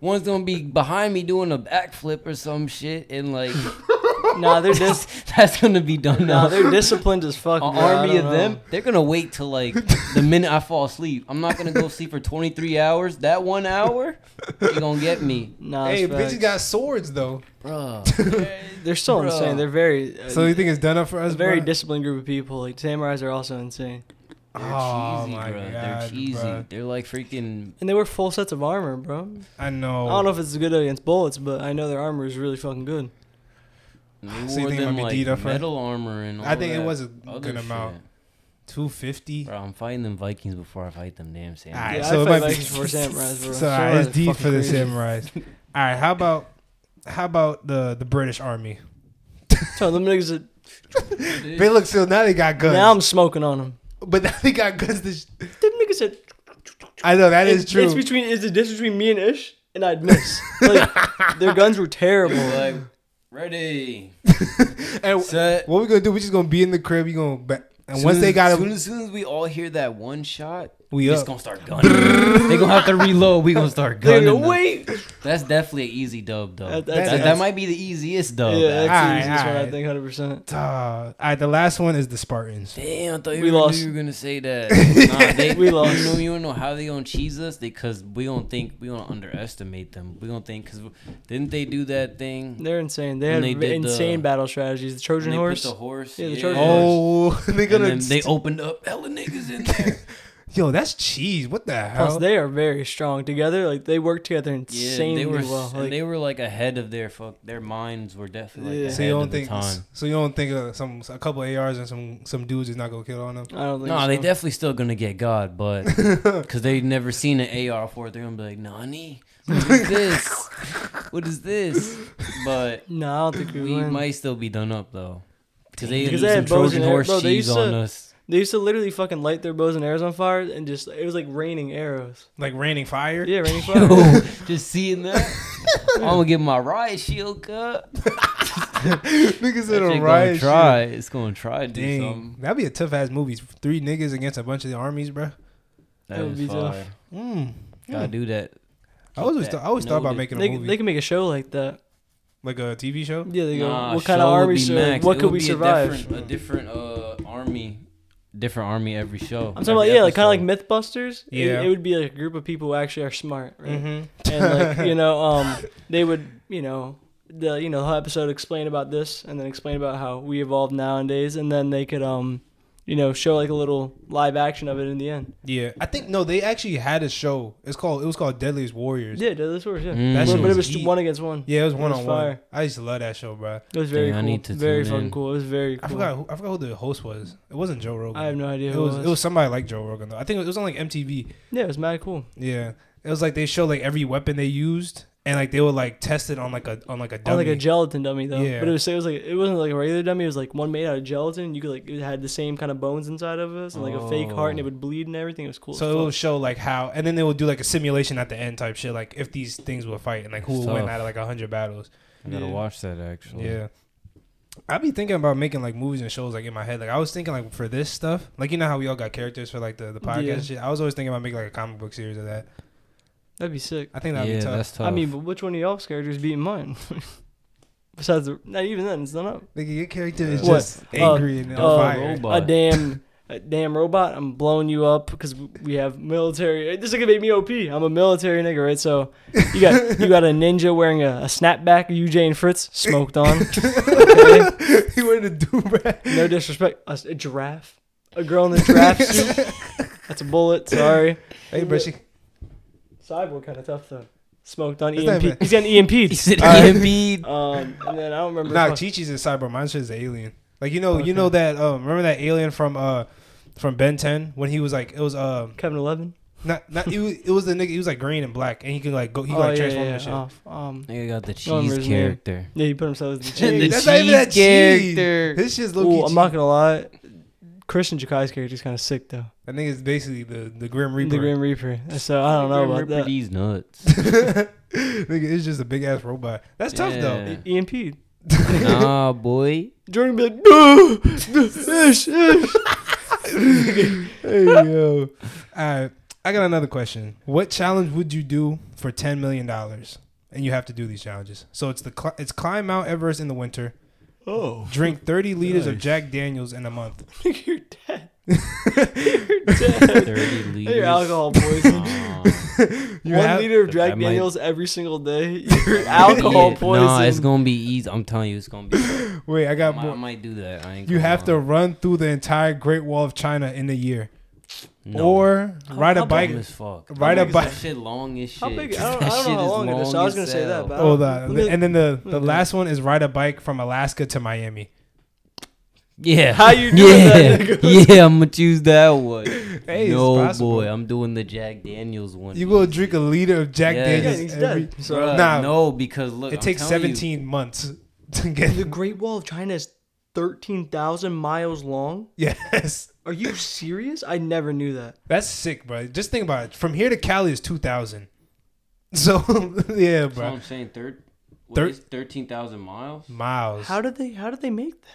One's gonna be behind me doing a backflip or some shit, and like Nah, they're dis- that's gonna be done nah, up. they're disciplined as fuck. An bro. I army don't of them, know. they're gonna wait till like the minute I fall asleep. I'm not gonna go sleep for 23 hours. That one hour, they gonna get me, Nah, hey, that's bitches facts. got swords though. bro. They're still Bruh. insane. They're very. Uh, So you think it's done up for a us? very bro? disciplined group of people. Like samurais are also insane, They're Oh cheesy, my bro. God, they're cheesy. bro. They're like freaking and they wear full sets of armor, bro. I know. I don't know if it's good against bullets, but I know their armor is really fucking good. They So you wore think it them, might be like, Dita for- metal armor and all I think it that was a other good amount. shit. Two fifty. Bro, I'm fighting them Vikings before I fight them damn Sam. Alright, yeah, so I it fight might be- Vikings before samurais, bro. So all right, Samurais it's are D fucking for the crazy. samurais. All right, how about how about the the British Army? So them niggas. Are, They look so now they got guns. now I'm smoking on them. but now they got guns. To sh- Them niggas said I know that is it's, true. It's between it's the difference between me and Ish, and I'd miss. like their guns were terrible. like, ready, and set. what we gonna do? We just gonna be in the crib. You gonna ba- and Soon once as- they got soon a as soon as we all hear that one shot, We It's up. gonna start gunning. they gonna have to reload. We gonna start They gunning. go, them. wait. That's definitely an easy dub though. That- That, that's- that that's- might be the easiest dub. yeah, that's Oh, Alright, the easiest one, I alright. think, hundred percent. all right, the last one is the Spartans. Damn, I thought you We were gonna- lost. you were gonna say that. nah, they, We we lost. lost. You know, you wanna know how they gonna cheese us? Because we gonna think we gonna underestimate them. We gonna think because didn't they do that thing? when They're insane. They had When they did the- insane battle strategies. The Trojan they horse. Put the horse. Yeah, the Trojan horse. Oh, they And gonna then they opened up hella niggas in there. yo, that's cheese. What the hell? Plus, they are very strong together. Like they work together yeah, insanely they were well. s- Like, and they were like ahead of their fuck. Their minds were definitely like Yeah. ahead so you don't of think the time. so you don't think uh, some a couple ARs and some some dudes is not gonna kill on them. I don't think. No, so. they definitely still gonna get God, but because they never seen an AR before, they're gonna be like, "Nani, what is this? what is this?" But No, I don't think we, we win. might still be done up though, because they 'Cause used they some had bows Trojan and arrows. horse Bro, they cheese used to- on us. They used to literally fucking light their bows and arrows on fire, and just it was like raining arrows. Like raining fire. Yeah, raining fire. Yo, just seeing that, I'm gonna get my riot shield cut. niggas in That a riot. shit gonna shield. try. It's gonna try to do Dang, something. that'd be a tough ass movie. Three niggas against a bunch of the armies, bro. That That would was be tough. fire. Hmm. Mm. Gotta Mm. do that. I always thought I always thought about Noted. making a They, movie they can make a show like that. like a TV show. Yeah, they go. Nah, what kind show of would army? be Show, max. what It could would we be survive? A different, a different uh, army, different army every show. I'm talking about every yeah, like kind of like episode. MythBusters. It- Yeah. it, would be like a group of people who actually are smart, right? Mm-hmm. and like you know, um, they would you know the you know the whole episode explain about this, and then explain about how we evolved nowadays, and then they could um, you know, show like a little live action of it in the end. Yeah, I think no, they actually had a show. It's called it was called Deadliest Warriors. Yeah, Yeah, Deadly Swords. Yeah, Mm. That Well, shit but was it was heat. one against one. it was one on one. fire. I used to love that show, bro. It was very Dang, I cool. need to very tune fucking in. cool. It was very cool. I forgot who, I forgot who the host was. It wasn't Joe Rogan. I have no idea. It who was it was somebody like Joe Rogan though. I think it was on like MTV. yeah, it was mad cool. Yeah, it was like they show like every weapon they used and like they would like test it on like a on like a dummy. On like a gelatin dummy though, Yeah. but it was it was like it wasn't like a regular dummy. It was like one made out of gelatin. You could like it had the same kind of bones inside of us and like a fake heart, and it Oh. would bleed and everything. It was cool. as so it fuck. will show like how, and then they will do like a simulation at the end type shit, like if these things will fight and like who will win Tough. out of like a hundred battles. I gotta Yeah. watch that actually. Yeah, I be thinking about making like movies and shows like in my head. Like I was thinking like for this stuff, like you know how we all got characters for like the the podcast Yeah. and shit. I was always thinking about making like a comic book series of that. that'd be sick. I think that'd Yeah, be tough. that's tough. I mean, but which one of y'all's characters beating mine? Besides, the, not even then. It's not up. Nigga, your character is What? just angry and on uh, fire. A damn, a damn robot. I'm blowing you up because we have military. This is gonna make me OP. I'm a military nigga, right? So you got you got a ninja wearing a, a snapback. You Jane Fritz smoked on. Okay? he wanted to do that. No disrespect. A, s- a giraffe. A girl in a giraffe suit. That's a bullet. Sorry. Hey, bro, she, Cyborg kind of tough though. Smoked on That's not EMP. bad. He's got an he EMP. said Alright. EMP. Um, and then I don't remember. nah, fuck- Chi Chi's a cyber. Mine's just an alien. Like you know, Okay. you know that. Um, remember that alien from uh, from Ben Ten when he was like it was um Kevin Eleven. not not it was, it was the nigga he was like green and black and he could like go he could like transform and shit. Oh, um, Nigga got the remember cheese his name. character. yeah, he put himself as the Hey, And the that's not even cheese that cheese. character. His shit's low Ooh, key. I'm not gonna lie. Christian Jakai's character is kind of sick though. That nigga's basically the the Grim Reaper. The Grim Reaper. So I don't know Remember about that. E- These nuts. Nigga, it's just a big ass robot. That's tough though. Yeah. EMP. nah, boy. E Jordan be like, no, ish, ish. Hey yo. All right, I got another question. What challenge would you do for ten million dollars? And you have to do these challenges. So it's the cli- it's climb Mount Everest in the winter, Oh, drink thirty liters of Nice. Jack Daniels in a month. you're dead. you're dead. 30 liters. Your alcohol poisoning. Nah. One have- liter of That Jack might- Daniels every single day. Your alcohol Yeah, poisoning. Nah, it's gonna be easy. I'm telling you, it's gonna be. I Wait, I got might, I more. might do that. I ain't You gonna have to lie. run through the entire Great Wall of China in a year, No. or ride a how bike. Dumb as fuck. ride That a nigga's- bike- That shit long as shit. How big? I That don't, I don't shit know how is long it is. So I was as gonna say hell. that. But I Oh, don't- that. let me- And then the, me- the last one is ride a bike from Alaska to Miami. Yeah. How you doing yeah. that, nigga? yeah, I'm gonna choose that one. Hey, it's no possible. boy, I'm doing the Jack Daniels one. You will drink a liter of Jack Yeah. Yeah, Daniels he's every. dead. Bruh, Nah. no, because look, It I'm takes telling you, 17 months to get. The Great Wall of China is 13,000 miles long? yes, Are you serious? I never knew that. that's sick, bro. Just think about it. From here to Cali is 2,000. So yeah, that's what bro. I'm saying third, Thir- thirteen thousand miles. Miles. How did they how did they make that?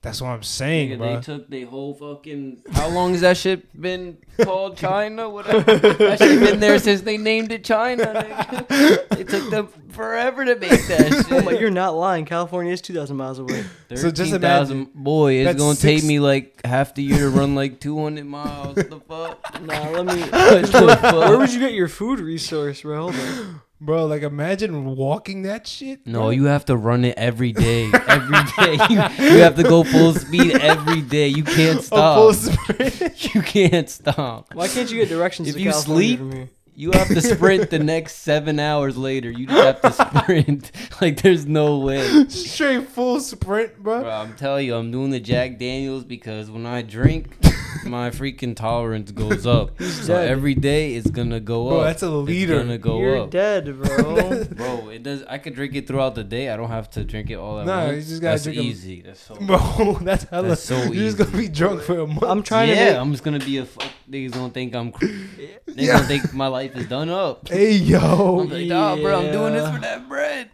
That's what I'm saying, Nigga, bro. they took they whole fucking. How long has that shit been called China? Whatever. that shit been there since they named it China. Nigga. They took them forever to make that Oh my, shit. you're not lying. California is 2,000 miles away. So just Thirteen thousand, boy, it's that's gonna take six- me like half the year to run like two hundred miles. the fuck? Nah, let What me. the Where fuck? would you get your food resource, bro? Hold on. Bro, like imagine walking that shit. No, you have to run it every day. Every day, you, you have to go full speed every day. You can't stop. you can't stop. Why can't you get directions If to you California sleep- from here? You have to sprint the next seven hours later. You just have to sprint. like there's no way. straight full sprint, bro. Bro, I'm telling you, I'm doing the Jack Daniels because when I drink, my freaking tolerance goes up. So dead. every day it's gonna go Bro, up. that's a leader. It's gonna go You're up. dead, bro. Bro, it does. I could drink it throughout the day. I don't have to drink it all at Nah, once. you just gotta That's drink 'em- easy. That's so. Bro, that's hella. That's so You're just easy. gonna be drunk for a month. I'm trying yeah, to. Make, I'm just gonna be a fuck. Niggas gonna think I'm. Cr- niggas Yeah. Oh, gonna think my life is done up. hey I'm yo, like, nah, bro, I'm doing this yeah. for that bread.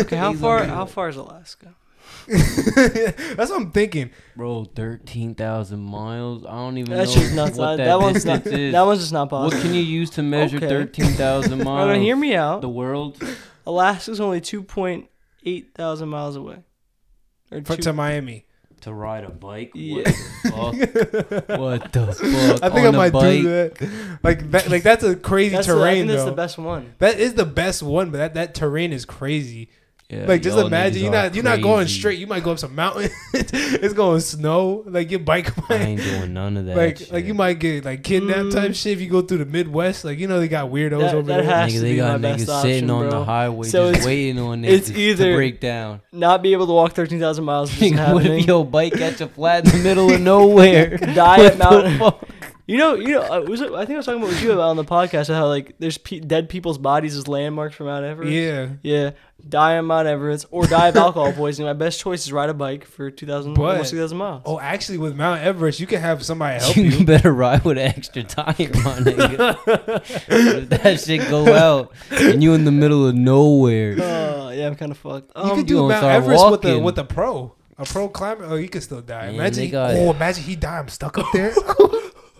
okay, how He's far? unbelievable. How far is Alaska? that's what I'm thinking. Bro, thirteen thousand miles. I don't even That's know just not. That, what that, that one's distance not. is. That one's just not what possible. can you use to measure Okay. thirteen thousand All miles? right, hear me out. The world. Alaska's only 2.8 thousand miles away. Or For, two- to Miami. To ride a bike? Yeah. What the fuck? what the fuck? I think On I might a bike? do that. Like that, like that's a crazy that's the, I terrain think that's though. the best one. that is the best one, but that, that terrain is crazy. Yeah, like just y'all imagine niggas you're are not you're not going crazy. straight. You might go up some mountain. it's going snow. Like your bike I might ain't doing none of that. like shit. like you might get like kidnapped Mm. type shit if you go through the Midwest. Like you know they got weirdos That- over that there. ha- has Nigga, to they be got my niggas best sitting option, on the bro. highway So just it's- waiting on niggas it's to either- break down. Not be able to walk 13,000 miles is Nigga, what happening. if your bike catch a flat in the middle of nowhere? Die What at the mountain. fuck? You know, you know. I, was, I think I was talking about with you about on the podcast how like there's pe- dead people's bodies as landmarks from Mount Everest. yeah, Yeah, die on Mount Everest or die of alcohol poisoning. My best choice is ride a bike for 2,000, But- almost 2,000 miles. Oh, actually, with Mount Everest, you can have somebody help you, you. better ride with an extra tire, my nigga. if that shit go out and you in the middle of nowhere, Uh, yeah, I'm kind of fucked. you Um, could you do gonna Mount start Everest with a walking. with a pro, a pro climber. Oh, you could still die. Man, imagine, they he- got- oh, imagine he die. I'm stuck up there.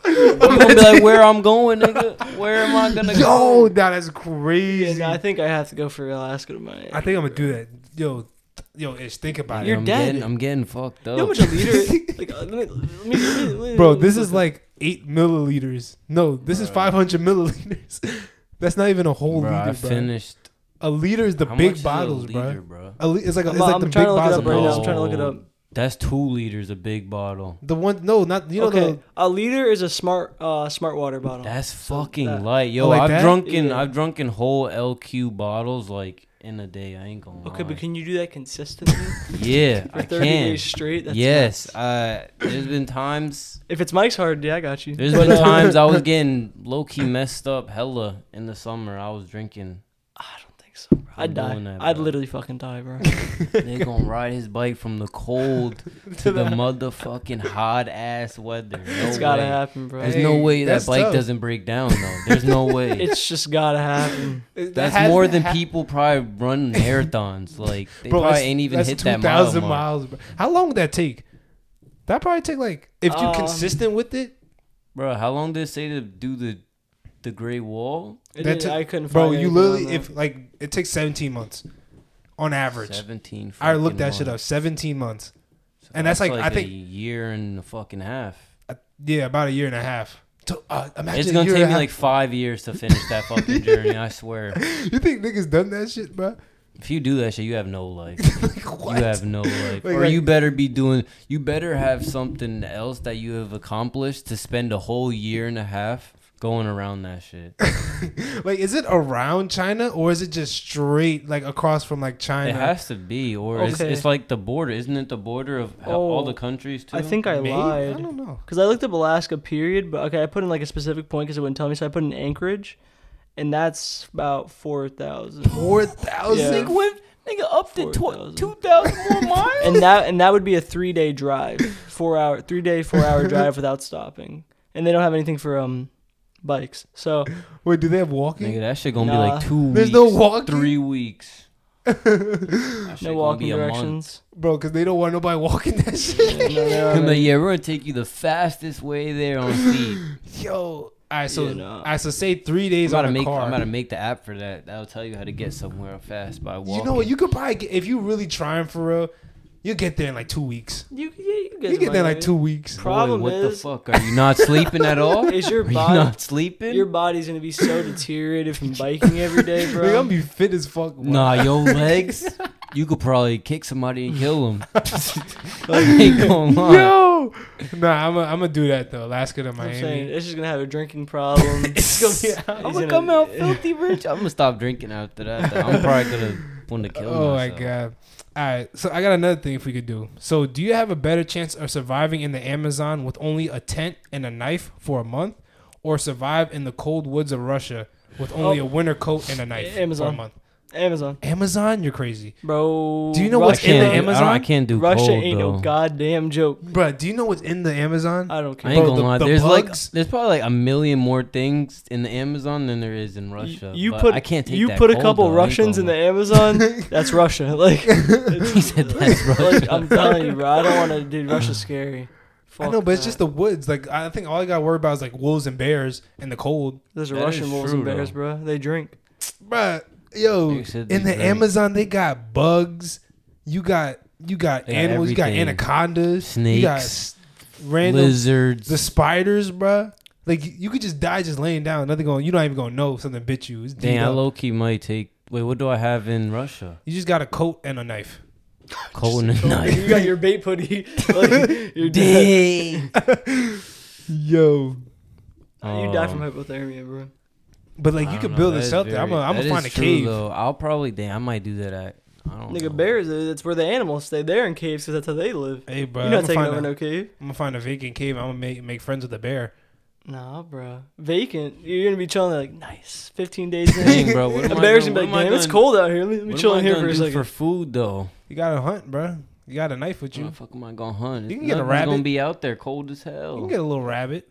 I'm gonna be like, where I'm going, nigga? Where am I gonna go? Yo, nah, that's yeah, crazy. no, I think I have to go for Alaska to Miami. I think I'm gonna do that. Yo, th- yo, ish, think about Nigga, You're I'm dead. Getting, I'm getting fucked You up. know how much a liter? Like, uh, let me, let me, let me- let me- it, bro. This is like eight milliliters. No, this is 500 milliliters. That's not even a whole Bro, I liter, bro. finished. A liter is the How much big is a bottles, liter, bro. bro. A li- it's like a, it's I'm, like I'm the big trying to look it bottles. up right now. I'm bottles. trying to look it up. That's two liters, a big bottle. The one, no, not you know okay, the a liter is a smart, uh, smart water bottle. That's fucking that- light, yo. Oh, like I've that? drunken, Yeah. I've drunken whole LQ bottles like in a day. I ain't gonna. okay, lie. but can you do that consistently yeah, for I 30 can. days straight? That's Yes, nuts. uh, there's been times if it's Mike's hard, yeah, I got you. There's But, been uh, times I was getting low key messed up hella in the summer. I was drinking. I don't think so, bro. I'd I'm die. doing that, I'd bro. literally fucking die, bro. They gonna ride his bike from the cold to the motherfucking hot ass weather. No it's gotta way. happen, bro. There's no Hey, way that's that bike tough. doesn't break down though. There's no way. It's just gotta happen. It- that that's has- more than ha- people probably run marathons. Like they probably that's- ain't even that's hit that mile 2,000 mark. miles. Bro. How long would that take? That probably take like if you Um, consistent with it. Bro, how long did it say to do the the Great Wall? It That is- took- I couldn't. Bro, find you anything literally on if that. like it takes 17 months on average. Seventeen. I looked fucking that shit up. months. 17 months. So and that's, like, I a think- year and a fucking half. Uh, yeah, about a year and a half. To, uh, imagine It's a gonna year take and me a like five years to finish that fucking journey. I swear. half. You think niggas done that shit, bro? If you do that shit, you have no life. Like, You what? have no life. Like, or like- you better be doing. You better have something else that you have accomplished to spend a whole year and a half going around that shit. Like, is it around China or is it just straight like across from like China? It has to be, or it's, Okay. it's like the border, isn't it? The border of he- all the Oh, countries too. I think I Maybe? I lied don't know. because I looked up Alaska period, but okay, I put in like a specific point because it wouldn't tell me, so I put in Anchorage, and that's about four thousand. Four thousand. Yeah. went nigga up to tw- 4,000. thousand more miles. and that and that would be a three day drive, four hour, three day, four hour drive without stopping, and they don't have anything for um bikes. So Wait, do they have walking? Nigga, that shit gonna be Nah. like two. There's weeks, no walking? Three weeks. That shit No gonna walking be a month. directions. bro, because they don't want nobody walking that shit. Yeah, no, no, I'm no. like, yeah, we're gonna take you the fastest way there on feet. Yo, all right, so Yeah, nah. all right, so say three I'm days about on to a make. car. I'm about to make the app for that. That'll tell you how to get somewhere fast by walking. you know what? You could probably get, if you really trying for real, you will get there in like two weeks. You, yeah, you, guys You get there in might like be. two weeks. Boy, Problem what is- the fuck? Are you not sleeping at all? Is your Are you body- not sleeping? Your body's gonna be so deteriorated from biking every day, Nigga, I'm bro. gonna be fit as fuck. one. Nah, your legs. you could probably kick somebody and kill them. like, ain't going on. Yo, nah, I'm gonna I'm do that though. Alaska to I'm Miami. saying it's just gonna have a drinking problem. It's gonna be- He's I'm gonna come out filthy rich. I'm gonna stop drinking after that. Though. I'm probably gonna want to kill oh myself. my god. All right, so I got another thing if we could do. So, do you have a better chance of surviving in the Amazon with only a tent and a knife for a month, or survive in the cold woods of Russia with only Oh. a winter coat and a knife for Amazon. a month? eh, Amazon, Amazon, you're crazy, bro. Do you know I what's Russia, in the can't. I, don't, I Amazon? can't do Russia cold ain't though. no goddamn joke. bro. Do you know what's in the Amazon? I don't I care. ain't Bro, gonna the- lie. the There's bugs- like there's probably like a million more things in the Amazon than there is in Russia. you but put I can't take you that put a cold, couple though. I ain't Russians in gonna the Amazon. that's Russia. Like lie. he said that's Russia. Like, I'm telling you, bro. I don't want to. Dude, Russia's scary. I know, but it's just the woods. Like I think all I got to worry about is like wolves and bears and the cold, there's That Russian is wolves true, and bears, though. bro. They drink. Bruh, Yo, You said in they the drink. Amazon they got bugs. You got you got They got animals. You got everything. anacondas, you got Snakes, s- random Lizards. the spiders, bruh. Like you- you could just die just laying down. Nothing going. You don't even gonna know if something bit you. It's Dang, I Damn, low key might take. Wait, what do I have in Russia? you just got a coat and a knife. Cold and a knife. you got your bait putty. Like, you're dead. Dang. Yo, You die from hypothermia, bro. but like Oh, I you don't could know, build that a is shelter. I'm very- gonna I'm that gonna is find a true, cave. Though. I'll probably. Damn, I might do that. At, I don't know. Nigga, bears. uh, That's where the animals stay. They're in caves because that's how they live. Hey, bro, You're I'm not gonna taking find over a- no cave. I'm gonna find a vacant cave. I'm gonna make make friends with a bear. Nah, bro. Vacant. You're gonna be chilling there, like nice. 15 days in. Dang, bro. What A am I bear's gonna- gonna be like, what am I damn, it's gonna- cold out here. Let me What chill am in I here for gonna a do second. for food though? You gotta hunt, bruh. You got a knife with What you. the fuck am I gonna hunt? You can get a Nothing's rabbit. gonna be out there cold as You hell. can get a little rabbit.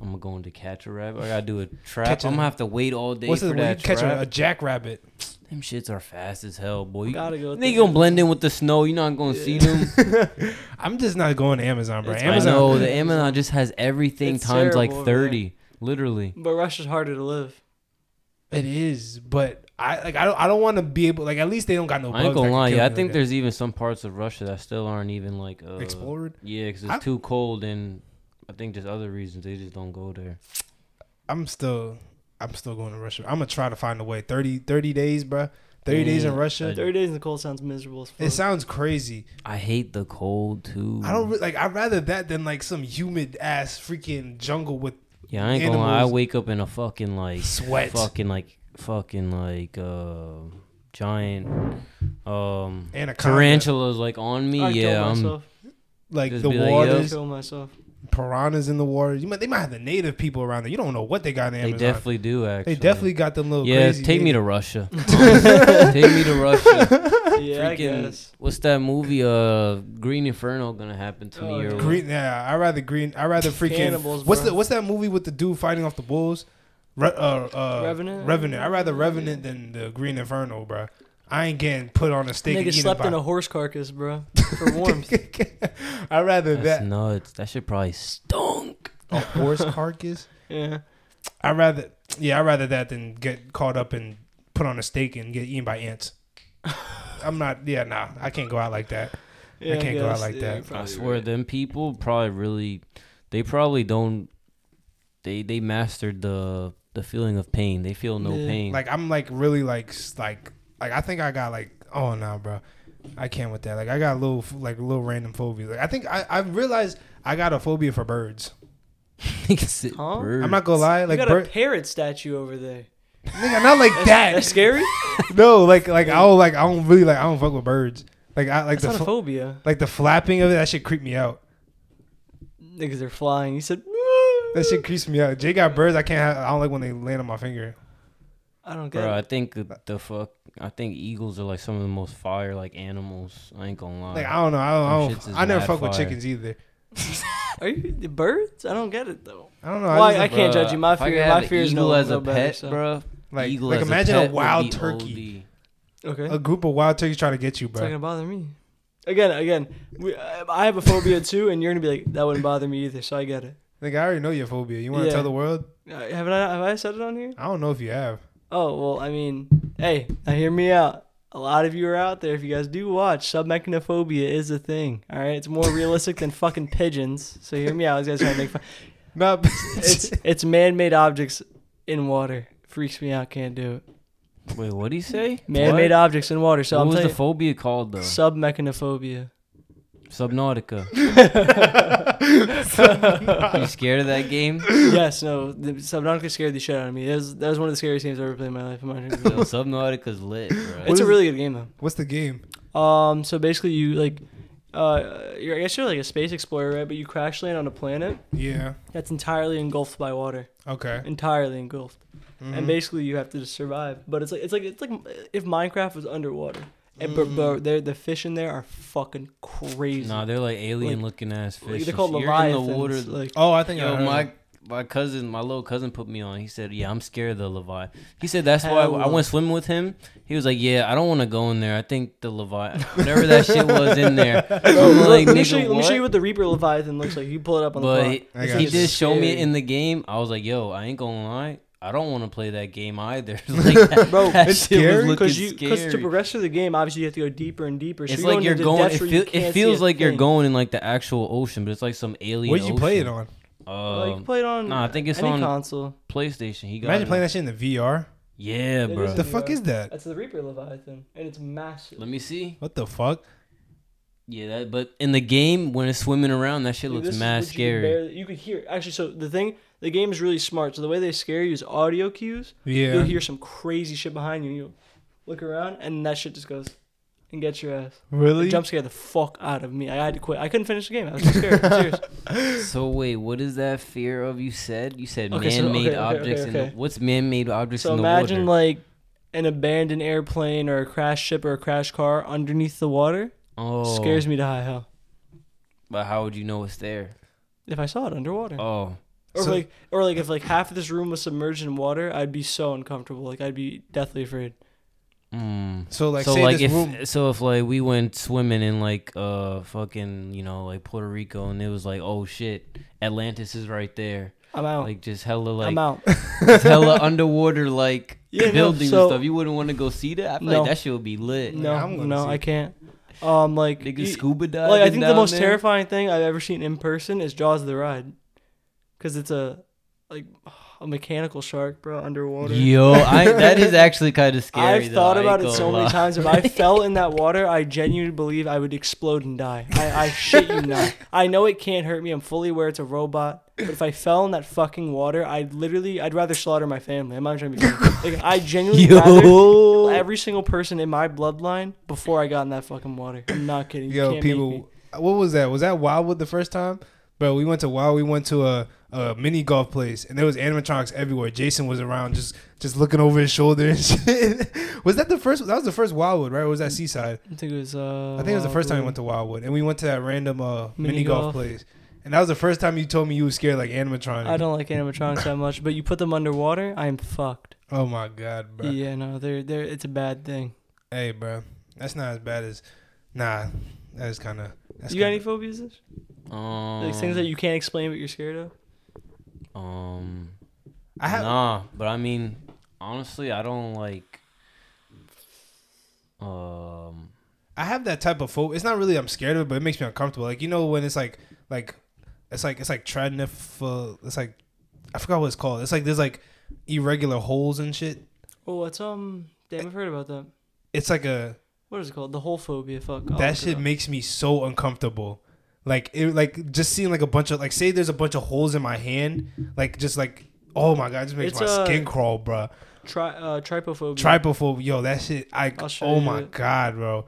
I'm gonna go into catch a rabbit. I gotta do a trap. Catch a- I'm gonna have to wait all day What's for the way you that catch a, trap. a jackrabbit? Them shits are fast as hell, boy. Gotta go. with They the- gonna blend in with the snow. You're not gonna see Yeah. them. I'm just not going to Amazon, bro. It's fine. Amazon. I know the Amazon just has everything It's times like terrible over there. thirty, literally. But Russia's harder to live. It is, but I like. I don't. I don't want to be able. Like at least they don't got no. I bugs that ain't gonna can lie. kill Yeah, I me think like that. there's even some parts of Russia that still aren't even like uh, explored. Yeah, because it's I- too cold, and I think there's other reasons they just don't go there. I'm still. I'm still going to Russia. I'm gonna try to find a way. 30, 30 days, bro. Thirty days in Yeah, Russia. I- 30 days in the cold sounds miserable as fuck. it sounds crazy. I hate the cold too. I don't re- like. I'd rather that than like some humid ass freaking jungle with Yeah, I ain't gonna lie. I animals. wake up in a fucking like Sweat. fucking like fucking like uh giant um anaconda. tarantulas like on me. I'd yeah, kill I'm myself. Like Just the be like, I'd waters, kill myself. piranhas in the water. You might. They might have the native people around there. You don't know what they got in they Amazon. definitely do actually. They definitely got them little. Yeah, crazy take me natives. to Russia. take me to Russia. Yeah, I Freaking- guess. What's that movie? Uh, Green Inferno gonna happen to Oh, me or yeah. what? Green, yeah, I rather green. I rather freaking. Cannibals, what's bro. the What's that movie with the dude fighting off the bulls? Re, uh, uh, Revenant? Revenant. I rather Revenant than the Green Inferno, bro. I ain't getting put on a stake. and Nigga eaten slept by- in a horse carcass, bro, for warmth. I rather That's that nuts. That should probably stunk. a horse carcass. yeah. I rather yeah, I rather that than get caught up and put on a stake and get eaten by ants. I'm not. Yeah, nah. I can't go out like that. yeah can't go out guess. like Yeah, that. you're I probably swear, right. them people probably really, they probably don't. They they mastered the the feeling of pain. They feel no Yeah. pain. Like I'm like really like s- like like I think I got like oh no, bro, I can't with that. Like I got a little like little random phobia. Like I think I I realized I got a phobia for birds. Niggas at Huh? birds. I'm not gonna lie, you like got a bird, parrot statue over there. nigga, not like That's that. scary. No, like like I don't like I don't really like I don't fuck with birds. Like I like That's not the a fl- phobia. like the flapping of it that shit creep me out. Niggas are flying. You said. That shit creeps me out. Jay got birds. I can't. Have, I don't like when they land on my finger. I don't get Bro, I it. think the- the fuck. I think eagles are like some of the most fire like animals. I ain't gonna lie. Like I don't know. I don't. I, Them shits don't, is I never mad fuck with fire. chickens either. Are you the birds? I don't get it though. I don't know. Why- just- I can't judge you. My if I could fear- have my an fear is eagle no- as no a better, pet, so. bro. like eagle like as imagine a, pet would wild be turkey. OD. Okay. A group of wild turkeys trying to get you, It's not bro. gonna bother me. Again, again, we, I I have a phobia too, and you're gonna be like, that wouldn't bother me either. So I get it. Like I already know your phobia. You want to Yeah. tell the world? Uh, Haven't I? Have I said it on here? I don't know if you have. Oh well, I mean, hey, now hear me out. A lot of you are out there. If you guys do watch, submechanophobia is a thing. All right, it's more realistic than fucking pigeons. So hear me out. These guys trying to make fun. Nah, It's it's man-made objects in water. Freaks me out. Can't do it. Wait, what do you say? Man-made What? objects in water. So what I'm was telling the phobia called though? you, submechanophobia. Subnautica. you scared of that game? yes, no, the Subnautica scared the shit out of me. That was, that was one of the scariest games I ever played in my life. I'm not gonna Yo, lie. Subnautica's lit, bro. it's is- a really good game though. What's the game? Um, so basically, you like, uh, you're, I guess you're like a space explorer, right? But you crash land on a planet Yeah. that's entirely engulfed by water, Okay. entirely engulfed, Mhm. Mm-hmm. and basically you have to just survive. But it's like it's like it's like if Minecraft was underwater, and but but they're- the fish in there are fucking crazy. Mm. Nah, they're like alien looking ass Like, fish. they're called You're in the leviathans. water. like, oh, I think I Yo, heard my it. my cousin, my little cousin, put me on. He said, "Yeah, I'm scared of the Levi." He said that's why Hell. I went swimming with him. He was like, "Yeah, I don't want to go in there. I think the Levi, whatever that shit was in there." I'm like, let, me "Nigga, show you, let me show you what?" what the Reaper Leviathan looks like. You pull it up on the But plot. he- I he, got you. did show me it Scary. in the game. I was like, "Yo, I ain't gonna lie." I don't want to play that game either. like, that, Bro, that it's shit was scary? looking because you because to scary. progress through the game, obviously you have to go deeper and deeper. So It's you're like you're into going. It, depths where you feel, it can't see feels a like you're thing. going in like the actual ocean, but it's like some alien. Where'd you play it ocean. on? Well, you Uh, can play it on. nah, I think it's any on- console. PlayStation. He got Imagine it. playing that shit in the VR. Yeah, It bro. What the Yeah. fuck is that? That's the Reaper Leviathan, and it's massive. Let me see. What the fuck? Yeah, that, but in the game when it's swimming around, that shit Dude, this looks is mad what You can, scary. barely, you could hear actually. So the thing, the game is really smart. So the way they scare you is audio cues. You'll Yeah. hear some crazy shit behind you. You look around, and that shit just goes and gets your ass. Really? Jump scare the fuck out of me. I had to quit. I couldn't finish the game. I was too scared. Serious. So wait, what is that fear of? You said you said Okay, so- man-made okay, okay, okay, objects. In okay. the, what's man-made objects So in the imagine water? like an abandoned airplane or a crashed ship or a crashed car underneath the water. oh, Scares me to high hell. But how would you know it's there? If I saw it underwater. Oh, Or So- like, or like, if like half of this room was submerged in water, I'd be so uncomfortable. Like, I'd be deathly afraid. mm. So like, so say like this if room. so if like we went swimming in like uh fucking you know like Puerto Rico and it was like oh shit Atlantis is right there I'm out. like just hella Oh. I'm like eh, out. just hella underwater like Yeah, no, buildings so- and stuff you wouldn't want to go see that I feel No. like that shit would be lit no, I'm gonna no, see. I can't. Um, like, Nigga you- scuba diving. like I think the down most there? terrifying thing I've ever seen in person is Jaws of the Ride, because it's a like a mechanical shark, bro, underwater. Yo, I, that is actually kind of scary. I've though, thought I about ain't it so gonna many lie. times. If I fell in that water, I genuinely believe I would explode and die. I, I shit you not. I know it can't hurt me. I'm fully aware it's a robot. But if I fell in that fucking water, I'd literally, I'd rather slaughter my family. I'm not trying to be funny. like, I genuinely rather kill Yo, every single person in my bloodline before I got in that fucking water. I'm not kidding. You Yo, can't make me. people, what was that? Was that Wildwood the first time? Bro, we went to Wild. We went to a, a mini golf place, and there was animatronics everywhere. Jason was around, just just looking over his shoulder and shit. was that the first? That was the first Wildwood, right? Or was that Seaside? I think it was. I Uh, think it was the first time we Wildwood. went to Wildwood, and we went to that random uh, mini, Mini golf, golf. place, and that was the first time you told me you was scared like animatronic. I don't like animatronics that much, but you put them underwater, I'm fucked. Oh my god, bro. Yeah, no, they're they're. It's a bad thing. Hey, bro, that's not as bad as. Nah, that is kind of. That's you got any kinda- phobias? um, Like things that you can't explain but you're scared of? um, I have. nah, but I mean, honestly, I don't like. Um, I have that type of phobia. It's not really I'm scared of it, but it makes me uncomfortable. Like you know when it's like like it's like it's like tradnif. It's like I forgot what it's called. It's like there's like irregular holes and shit. Oh, what's um damn I've heard about that. It's like a What is it called? The whole phobia, fuck. I'll Oh, look that it shit up. makes me so uncomfortable. Like it like just seeing like a bunch of like say there's a bunch of holes in my hand, like just like oh my god, it just makes It's, my uh, skin crawl, bruh. Tri- uh trypophobia. Trypophobia, yo, that shit. I I'll show oh you my it. god, bro.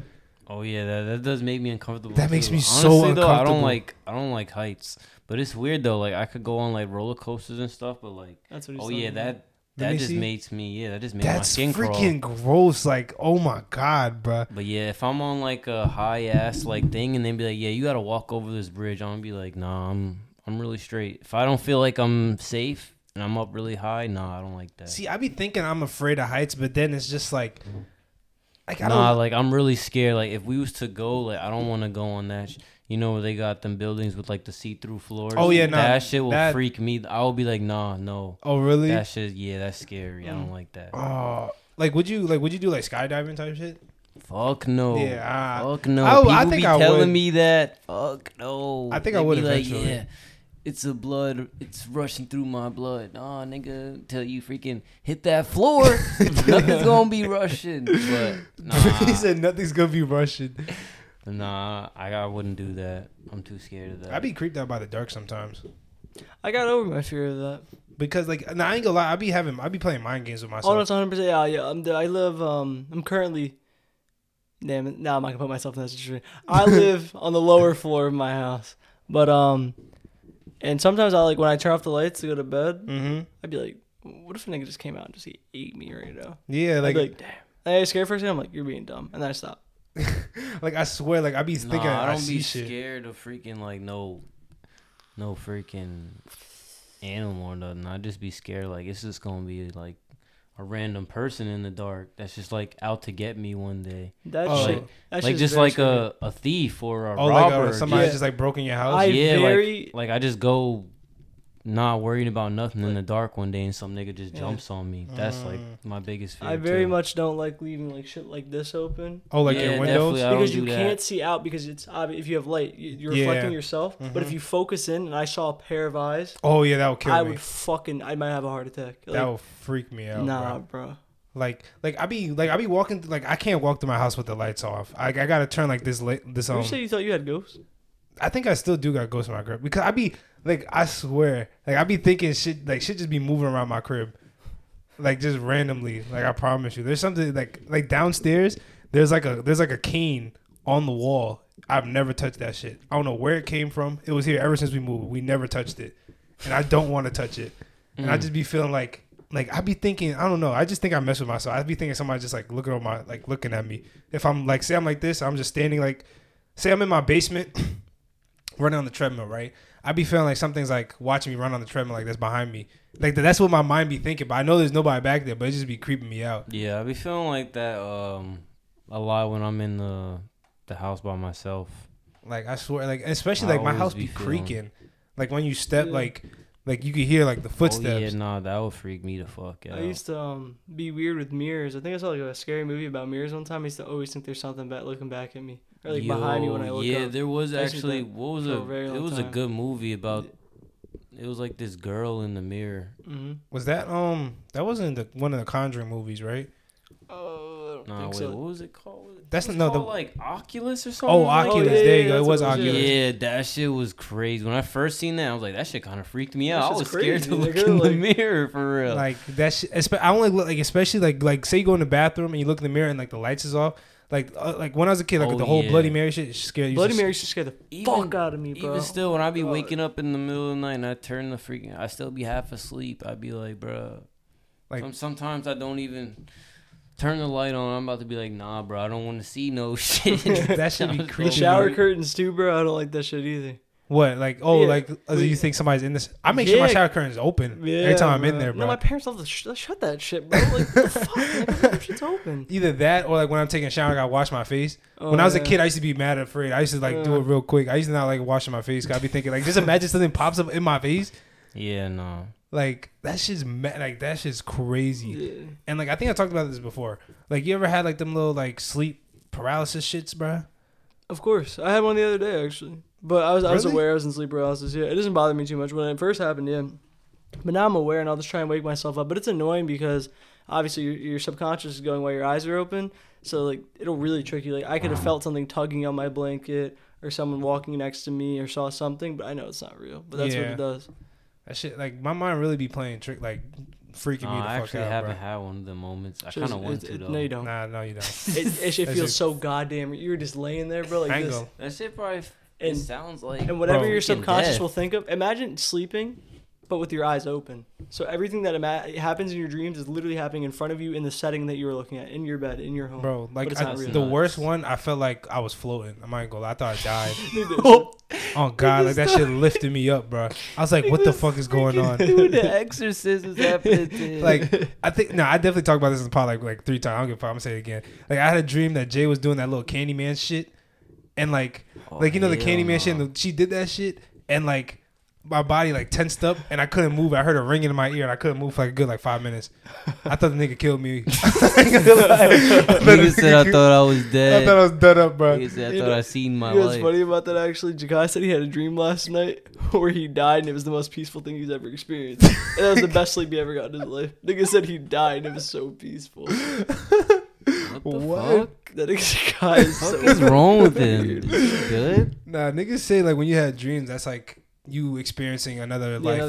oh yeah, that, that does make me uncomfortable. That makes too. me so Honestly, though, I uncomfortable. don't like. I don't like heights, but it's weird though. Like I could go on like roller coasters and stuff, but like, That's what he's oh talking yeah, about. that Let that me just see. makes me yeah, that just makes my That's skin crawl. freaking gross. Like oh my god, bruh. But yeah, if I'm on like a high ass like thing and they be like, yeah, you gotta walk over this bridge, I'm gonna be like, nah, I'm I'm really straight. If I don't feel like I'm safe and I'm up really high, nah, I don't like that. See, I be thinking I'm afraid of heights, but then it's just like Like I Nah, don't. like I'm really scared. Like if we was to go, like I don't want to go on that. Sh- you know where they got them buildings with like the see-through floors. Oh, yeah, nah, that shit will that- freak me. I'll be like, nah, no, oh really? Mm. that shit, yeah, that's scary. I don't like that. Oh, like would you like would you do like skydiving type shit? Fuck no. Yeah, ah. I- Fuck no. I w- People I think be I telling would. me that. Fuck no. I think I They be would like, eventually. yeah, it's a blood. It's rushing through my blood. Nah, nigga, till you freaking hit that floor, nothing's gonna be rushing. But he nah, said nothing's gonna be Russian. nah, I, I wouldn't do that. I'm too scared of that. I'd be creeped out by the dark sometimes I got over my fear of that. because like nah, I ain't gonna lie, I'd be having I'd be playing mind games with Oh, no, myself. it's 100. percent Yeah, yeah. I'm, I live. Um, I'm currently. Damn it! Now I'm not gonna put myself in that situation. I live on the lower floor of my house, but um, and sometimes I like when I turn off the lights to go to bed, mm-hmm. I'd be like, "What if a nigga just came out and just he ate me right now?" Yeah, Like, like like damn. And I get scared for a second. I'm like, "You're being dumb," and then I stop. like I swear, like I be Nah, thinking I I, don't see be shit. scared of freaking like no, no freaking animal or nothing. I just be scared like it's just gonna be like a random person in the dark that's just like out to get me one day. That Oh. shit. Like- That like shit's just very like uh, scary. a, a thief or a Oh, like robber. uh, somebody Yeah. just like broke in your house. I yeah, like- very. just- like, I just go not worried about nothing in the dark one day and some nigga just Yeah. jumps on me. That's like Mm. my biggest fear. I very too. much don't like leaving like shit like this open. oh, like Yeah, your windows. definitely, I don't because you do that. can't see out because it's obvious if you have light you- you're Yeah. reflecting yourself but if Mhm. you focus in and i saw a pair of eyes Oh yeah, that would kill i me. would fucking i might have a heart attack that Like, would freak me out. bro. nah bro, Like like I be like I be walking th- like I can't walk to my house with the lights off. I, I gotta turn like this late this you um. said you thought you had ghosts I think I still do got ghosts in my crib because I be like I swear like I be thinking shit like shit just be moving around my crib, like just randomly. Like I promise you, there's something like like downstairs. There's like a there's like a cane on the wall. I've never touched that shit. I don't know where it came from. It was here ever since we moved. We never touched it, and I don't want to touch it. And I Mm. just be feeling like like I be thinking I don't know. I just think I mess with myself. I be thinking somebody just like looking on my like looking at me. If I'm like say I'm like this, I'm just standing like say I'm in my basement running on the treadmill, right? I be feeling like something's like watching me run on the treadmill like that's behind me. Like that's what my mind be thinking, but I know there's nobody back there, but it just be creeping me out. Yeah, I be feeling like that um a lot when I'm in the the house by myself. Like I swear like especially I like my always house be, be feeling- creaking. Like when you step Yeah. like like you could hear like the Oh yeah, footsteps. nah, that would freak me the fuck out. i used to um, be weird with mirrors i think i saw like a scary movie about mirrors one time i used to always think there's something back looking back at me or like behind me when i Yo, look yeah, up there was I used to do actually that what was for a a very it long was a time. good movie about. It was like this girl in the mirror. mm-hmm. Was that um that wasn't the one of the conjuring movies, right? oh i don't Nah, think wait, so what was it called? It That's was no, the- called, like Oculus or something. Oh, like that. Oculus. yeah, there you yeah, go. It that's was what it was, Oculus. Yeah, that shit was crazy. When I first seen that, I was like, that shit kind of freaked me That out. I was shit's scared to crazy, look nigga, in the like- mirror for real. Like that shit. espe- I only look like especially like like say you go in the bathroom and you look in the mirror and like the lights is off. Like uh, like when I was a kid, like Oh, the whole yeah. Bloody Mary shit scared you. bloody Just- mary should scare the Even- fuck out of me bro Even still, when I be God. waking up in the middle of the night and I turn the freaking, I still be half asleep. I'd be like, bruh. Like- Some, sometimes I don't even turn the light on. I'm about to be like, nah, bro, I don't want to see no shit. That should be I was creepy. the like, shower curtains too bro i don't like that shit either What like oh Yeah. like uh, We- you think somebody's in this? I make sure my Yeah. shower curtain's open yeah every time I'm in bro. there, bro. no my parents love to sh- shut that shit bro like the fuck like, that shit's open Either that or like when I'm taking a shower, I gotta wash my face. when Oh, I was a yeah. kid, I used to be mad afraid. I used to like do Yeah. it real quick. I used to not like washing my face. 'cause I'd be thinking like just imagine something pops up in my face. Yeah, no. Like that shit's mad. Like that shit's crazy. Yeah. And like I think I talked about this before. Like you ever had like them little like sleep paralysis shits, bruh? Of course, I had one the other day actually, but I was I was Really? aware I was in sleep paralysis. Yeah, it doesn't bother me too much when it first happened. Yeah, but now I'm aware and I'll just try and wake myself up. But it's annoying because obviously your, your subconscious is going while your eyes are open, so like it'll really trick you. Like I could have felt something tugging on my blanket or someone walking next to me or saw something, but I know it's not real. But that's what Yeah. it does. That shit like my mind really be playing trick like freaking Nah, me the I fuck actually out. haven't Bruh. had one of the moments. I So kind of it's- want it- to, it- though. No, you don't. Nah, no, you don't. It, it shit That's feels it. so goddamn. You're just laying there, bro, like Angle. this, That shit probably, it and sounds like. and whatever Bro, your freaking subconscious death. will think of. Imagine sleeping but with your eyes open. So everything that ima- happens in your dreams is literally happening in front of you in the setting that you were looking at, in your bed, in your home. Bro, But like it's I, not real. the worst one, I felt like I was floating. I'm not gonna lie, I thought I died. Dude, this- oh god, like that shit lifted me up, bro. I was like, what the fuck is going on? Dude, the exorcist is happening. to- Like, I think no, I definitely talked about this in the pod like like three times. I don't give a fuck. I'm gonna say it again. Like, I had a dream that Jay was doing that little Candyman shit, and like, Oh, like you know the hell Candyman no. shit. And the, she did that shit, and like, my body like tensed up, and I couldn't move. I heard a ringing in my ear, and I couldn't move for like a good like five minutes. I thought the nigga killed me. Nigga said I thought I was I thought dead. I was done up, bro. Nigga said I You thought know- I seen my you know what's life. funny about that actually? Jakai said he had a dream last night where he died and it was the most peaceful thing he's ever experienced. and that was the best sleep he ever got in his life. Nigga said he died and it was so peaceful. What the What? fuck? That nigga Jakai is so What is wrong with him? Good. Nah, niggas say like when you had dreams, that's like you experiencing another Yeah, life, another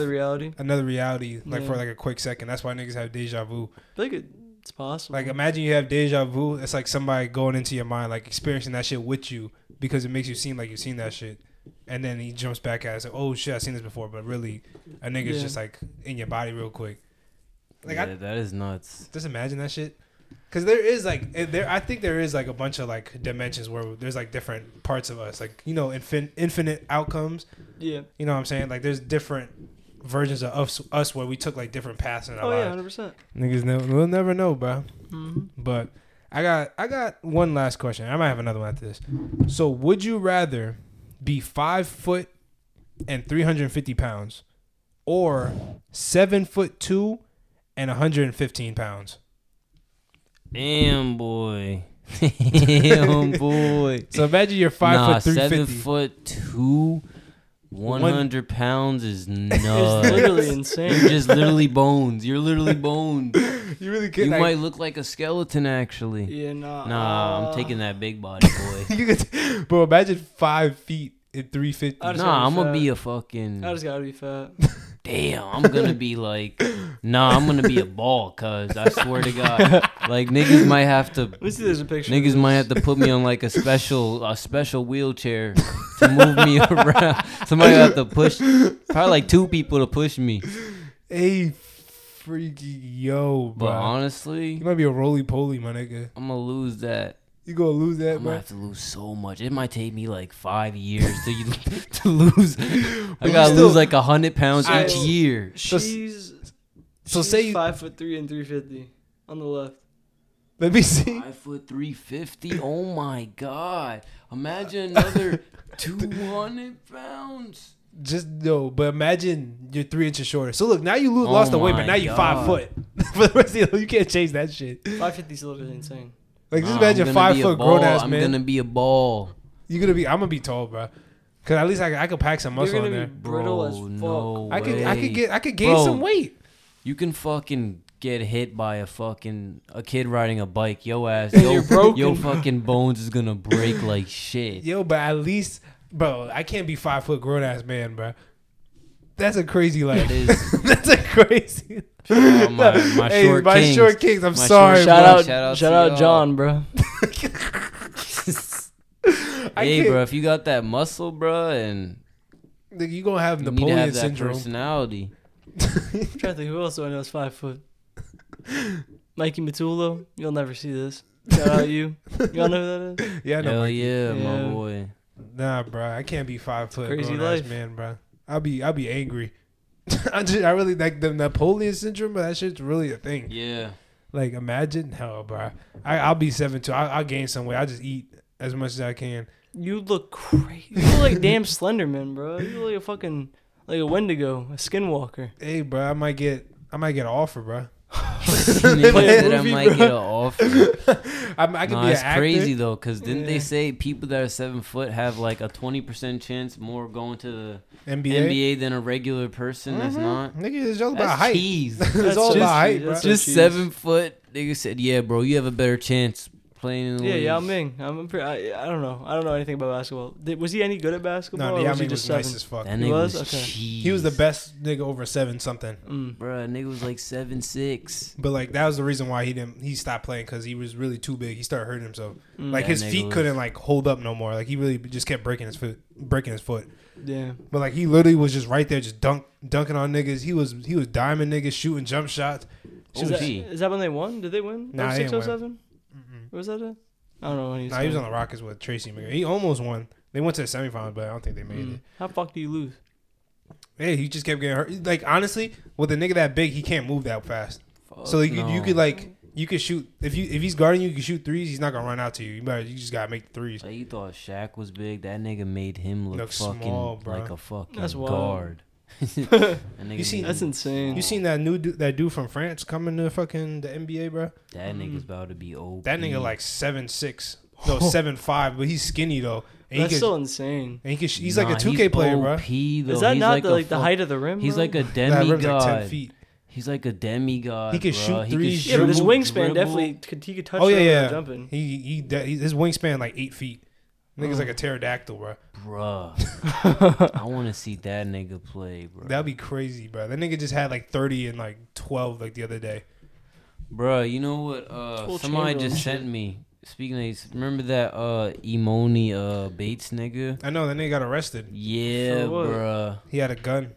another, reality. reality, like for Yeah. like a quick second. That's why niggas have deja vu. I feel like it, it's possible. Like imagine you have deja vu. It's like somebody going into your mind, like experiencing that shit with you because it makes you seem like you've seen that shit. And then he jumps back at us, like, oh shit, I've seen this before. But really, a nigga's Yeah. just like in your body real quick. Like I Yeah, that is nuts. just imagine that shit. Cause there is like it- there, I think there is like a bunch of like dimensions where there's like different parts of us, like you know, infin- infinite outcomes. yeah. You know what I'm saying? Like there's different versions of us, us where we took like different paths in our Oh yeah, lives. hundred percent. Niggas, never, we'll never know, bro. Mm-hmm. But I got I got one last question. I might have another one after this. So would you rather be five foot and 350 pounds, or seven foot two and 115 pounds? Damn boy. Damn boy. So imagine you're five nah, foot 350. seven foot two, one hundred pounds is It's nuts. literally You're insane. just literally bones. You're literally bones. you really You could. might Like, look like a skeleton, actually. Yeah, nah. uh, Nah, I'm taking that big body boy. you could, bro. Imagine five feet and 350. I just Nah, gotta I'm be gonna fat. be a fucking. I just gotta be fat. Damn, I'm gonna be like. Nah, I'm gonna be a ball, cuz. I swear to God. Like, niggas might have to. Let me see. There's a picture. Niggas might have to put me on like a special a special wheelchair to move me around. Somebody have to push probably like two people to push me. Hey, freaky yo, But bro. honestly, You might be a roly poly, my nigga. I'm gonna lose that. You gonna lose I'm that, gonna bro? have to lose so much. It might take me like five years to you, to lose. I gotta still- lose like a hundred pounds I- each year. She's So she's say you- five foot three and three fifty on the left. Let me see. Five foot three fifty. Oh my god! Imagine another two hundred pounds. Just no, but imagine you're three inches shorter. So look, now you lo- Oh lost the weight, but my now you five God. foot. For the rest of the you can't change that shit. Five fifty's literally insane. Like just Nah, I'm imagine gonna five be a foot ball. grown ass I'm man. gonna be a ball. You're gonna be. I'm gonna be tall, bro. Cause at least I, I could pack some muscle You're in gonna there. be brittle as Bro, fuck. no I could. I way. could get. I could gain Bro. some weight. You can fucking get hit by a fucking a kid riding a bike. Yo ass, And yo, you're broken. yo fucking bones is gonna break like shit. Yo, but at least, bro, I can't be five foot grown ass man, bro. That's a crazy That life. is That's a crazy. oh, my, my Hey, short my kings. short kings. I'm My short- sorry, Shout bro. out, Shout shout out out, to y'all. John, bro. I hey, can't- bro, if you got that muscle, bro, and Nigga, you gonna have you need Napoleon to have that syndrome. personality. I'm trying to think who else do I know is five foot. Mikey Matulo, you'll never see this. Shout out you. Y'all know who that is? yeah, no, Hell yeah, my Yeah. boy. nah, bro. I can't be five foot crazy grown ass life. man, bro. I'll be, I'll be angry. I just, I really like the Napoleon syndrome, but that shit's really a thing. Yeah. Like, imagine, hell, bro. I, I'll be seven two. I'll, I'll gain some weight. I'll just eat as much as I can. You look crazy. You look like damn Slenderman, bro. You look like a fucking like a Wendigo, a skinwalker. Hey, bro, I might get, I might get an offer, bro. Nigga play a said I movie, might get an offer. I'm, I could Nah, be an it's actor. crazy though, cause didn't they Yeah. say people that are seven foot have like a twenty percent chance more going to the NBA. NBA than a regular person that's not? Nigga, it's all Mm-hmm. about That's height. cheese. it's all just- about height, bro. that's Just cheese. seven foot. Nigga said, "Yeah, bro, you have a better chance playing in the Yeah, league. Yao Ming. I'm pre- I, I don't know. I don't know anything about basketball. Did, was he any good at basketball? No, or Yao was he Ming just was nice seven? as fuck. That He nigga was? was, Okay. He was the best nigga over seven something. Mm. Bro, nigga was like seven six. But like that was the reason why he didn't. He stopped playing because he was really too big. He started hurting himself. Mm. Like That his nigga feet was- couldn't like hold up no more. Like he really just kept breaking his foot, breaking his foot. Damn. But like he literally was just right there, just dunk, dunking on niggas. He was he was diming niggas, shooting jump shots. Oh, is, that, gee. is that when they won? Did they win? Nah, they didn't win. 0607? Mm-mm. Was that it? I don't know. When Nah, he was on the Rockets with Tracy McGrady. He almost won. They went to the semifinals, but I don't think they made it. Mm. How fuck do you lose? Yeah, he just kept getting hurt. Like honestly, with a nigga that big, he can't move that fast. so like, you, you could like you could shoot if you if he's guarding you, you can shoot threes. He's not gonna run out to you. You better you just gotta make the threes. Like you thought Shaq was big. That nigga made him look, Look fucking small, bro. like a fucking That's wild. guard. That nigga You seen- made That's him- insane. You seen that new dude, that dude from France coming to fucking the NBA, bro? that nigga's about to be old. That Mm. nigga like seven six, no seven five, but he's skinny though, and he That's can, still insane. and he can, he's like a two K player, bro. Though. Is that he's not like the, a like the fuck- height of the rim? He's bro? like a That rim's like ten demigod. feet. He's like a demigod. He can bro. shoot He threes, yeah, but his dribble, wingspan definitely could, he could touch Oh yeah, it without yeah. jumping. He he, de- he his wingspan like eight feet. Nigga's Mm. like a pterodactyl, bro. bro. I want to see that nigga play, bro. That'd be crazy, bro. That nigga just had like thirty and like twelve like the other day. Bro, you know what? Uh, Full chamber somebody and just shit. sent me. Speaking of, these- remember that uh Emoni uh Bates nigga? I know that nigga got arrested. Yeah, For what? bro. He had a gun,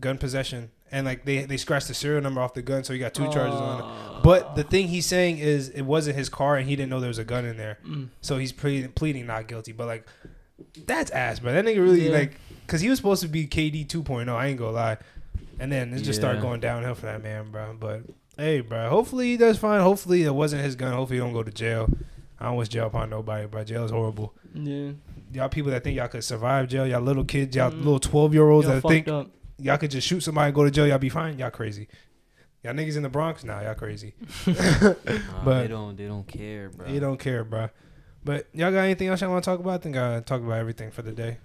gun possession, and like they they scratched the serial number off the gun, so he got two charges on it. But the thing he's saying is it wasn't his car, and he didn't know there was a gun in there, Mm. so he's pre- pleading not guilty. But like, that's ass, bro. That nigga really Yeah. like, cause he was supposed to be KD 2.0. oh, I ain't gonna lie, and then it just started Yeah. going downhill for that man, bro. But hey, bro, hopefully he does fine. Hopefully it wasn't his gun. Hopefully he don't go to jail. I don't wish jail upon nobody, bro. Jail is horrible. Yeah. Y'all people that think y'all could survive jail, y'all little kids, y'all Mhm. little twelve year olds Y'all that fucked think up. y'all could just shoot somebody and go to jail, y'all be fine. Y'all crazy. Y'all niggas in the Bronx now, y'all crazy. Nah, but- they don't, they don't care, bro. You don't care, bro. But y'all got anything else y'all want to talk about? I think I talked about everything for the day.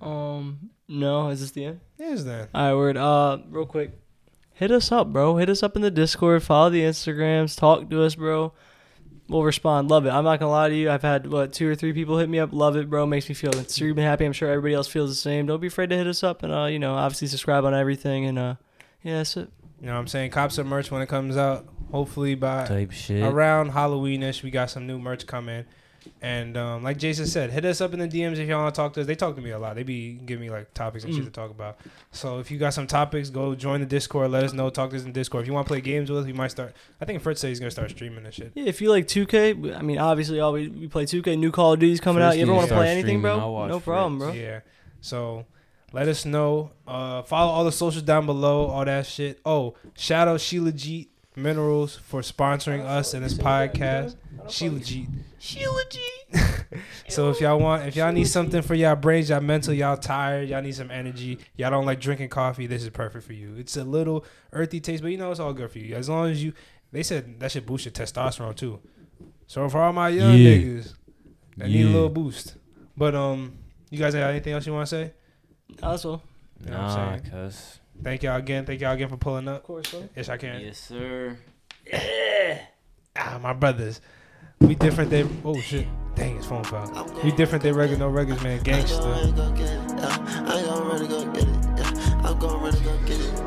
Um, no, is this the end? Yes, then. All right, word. Uh, real quick, hit us up, bro. Hit us up in the Discord. Follow the Instagrams. Talk to us, bro. We'll respond. Love it. I'm not gonna lie to you. I've had what two or three people hit me up. Love it, bro. Makes me feel extremely happy. I'm sure everybody else feels the same. Don't be afraid to hit us up, and uh, you know, obviously subscribe on everything, and uh, yeah, that's it. You know what I'm saying? Cops up merch when it comes out. Hopefully by type shit. around Halloweenish, we got some new merch coming. And um, like Jason said, hit us up in the DMs if y'all want to talk to us. They talk to me a lot. They be giving me like topics and shit Mm. to talk about. So if you got some topics, go join the Discord. Let us know. Talk to us in Discord. If you want to play games with us, we might start. I think Fritz said he's gonna start streaming and shit. Yeah, if you like 2K, I mean, obviously, always we play 2K. New Call of Duty's coming First out. You ever you want to start play anything, streaming, I'll bro? watch No problem, bro. Yeah. So let us know. Uh, follow all the socials down below, all that shit. Oh, shout out Sheila Jeet Minerals for sponsoring us and this podcast. Sheila Jeet. Sheila G. So if y'all want, if y'all need something for y'all brains, y'all mental, y'all tired, y'all need some energy, y'all don't like drinking coffee, this is perfect for you. It's a little earthy taste, but you know it's all good for you. As long as you, they said that should boost your testosterone too. So for all my young Yeah. niggas, I need a little boost. But um, you guys have anything else you want to say? Also, You know what I'm Nah, saying? cuz. Thank y'all again. Thank y'all again for pulling of up. course, bro. Yes, I can. Yes, sir. Ah, my brothers. We different than oh shit. Dang, his phone fell. We different than regular no records, man. Gangster. I'm gonna really go get it. Yeah. I'm gonna really go get it. Yeah. I'm gonna really go get it.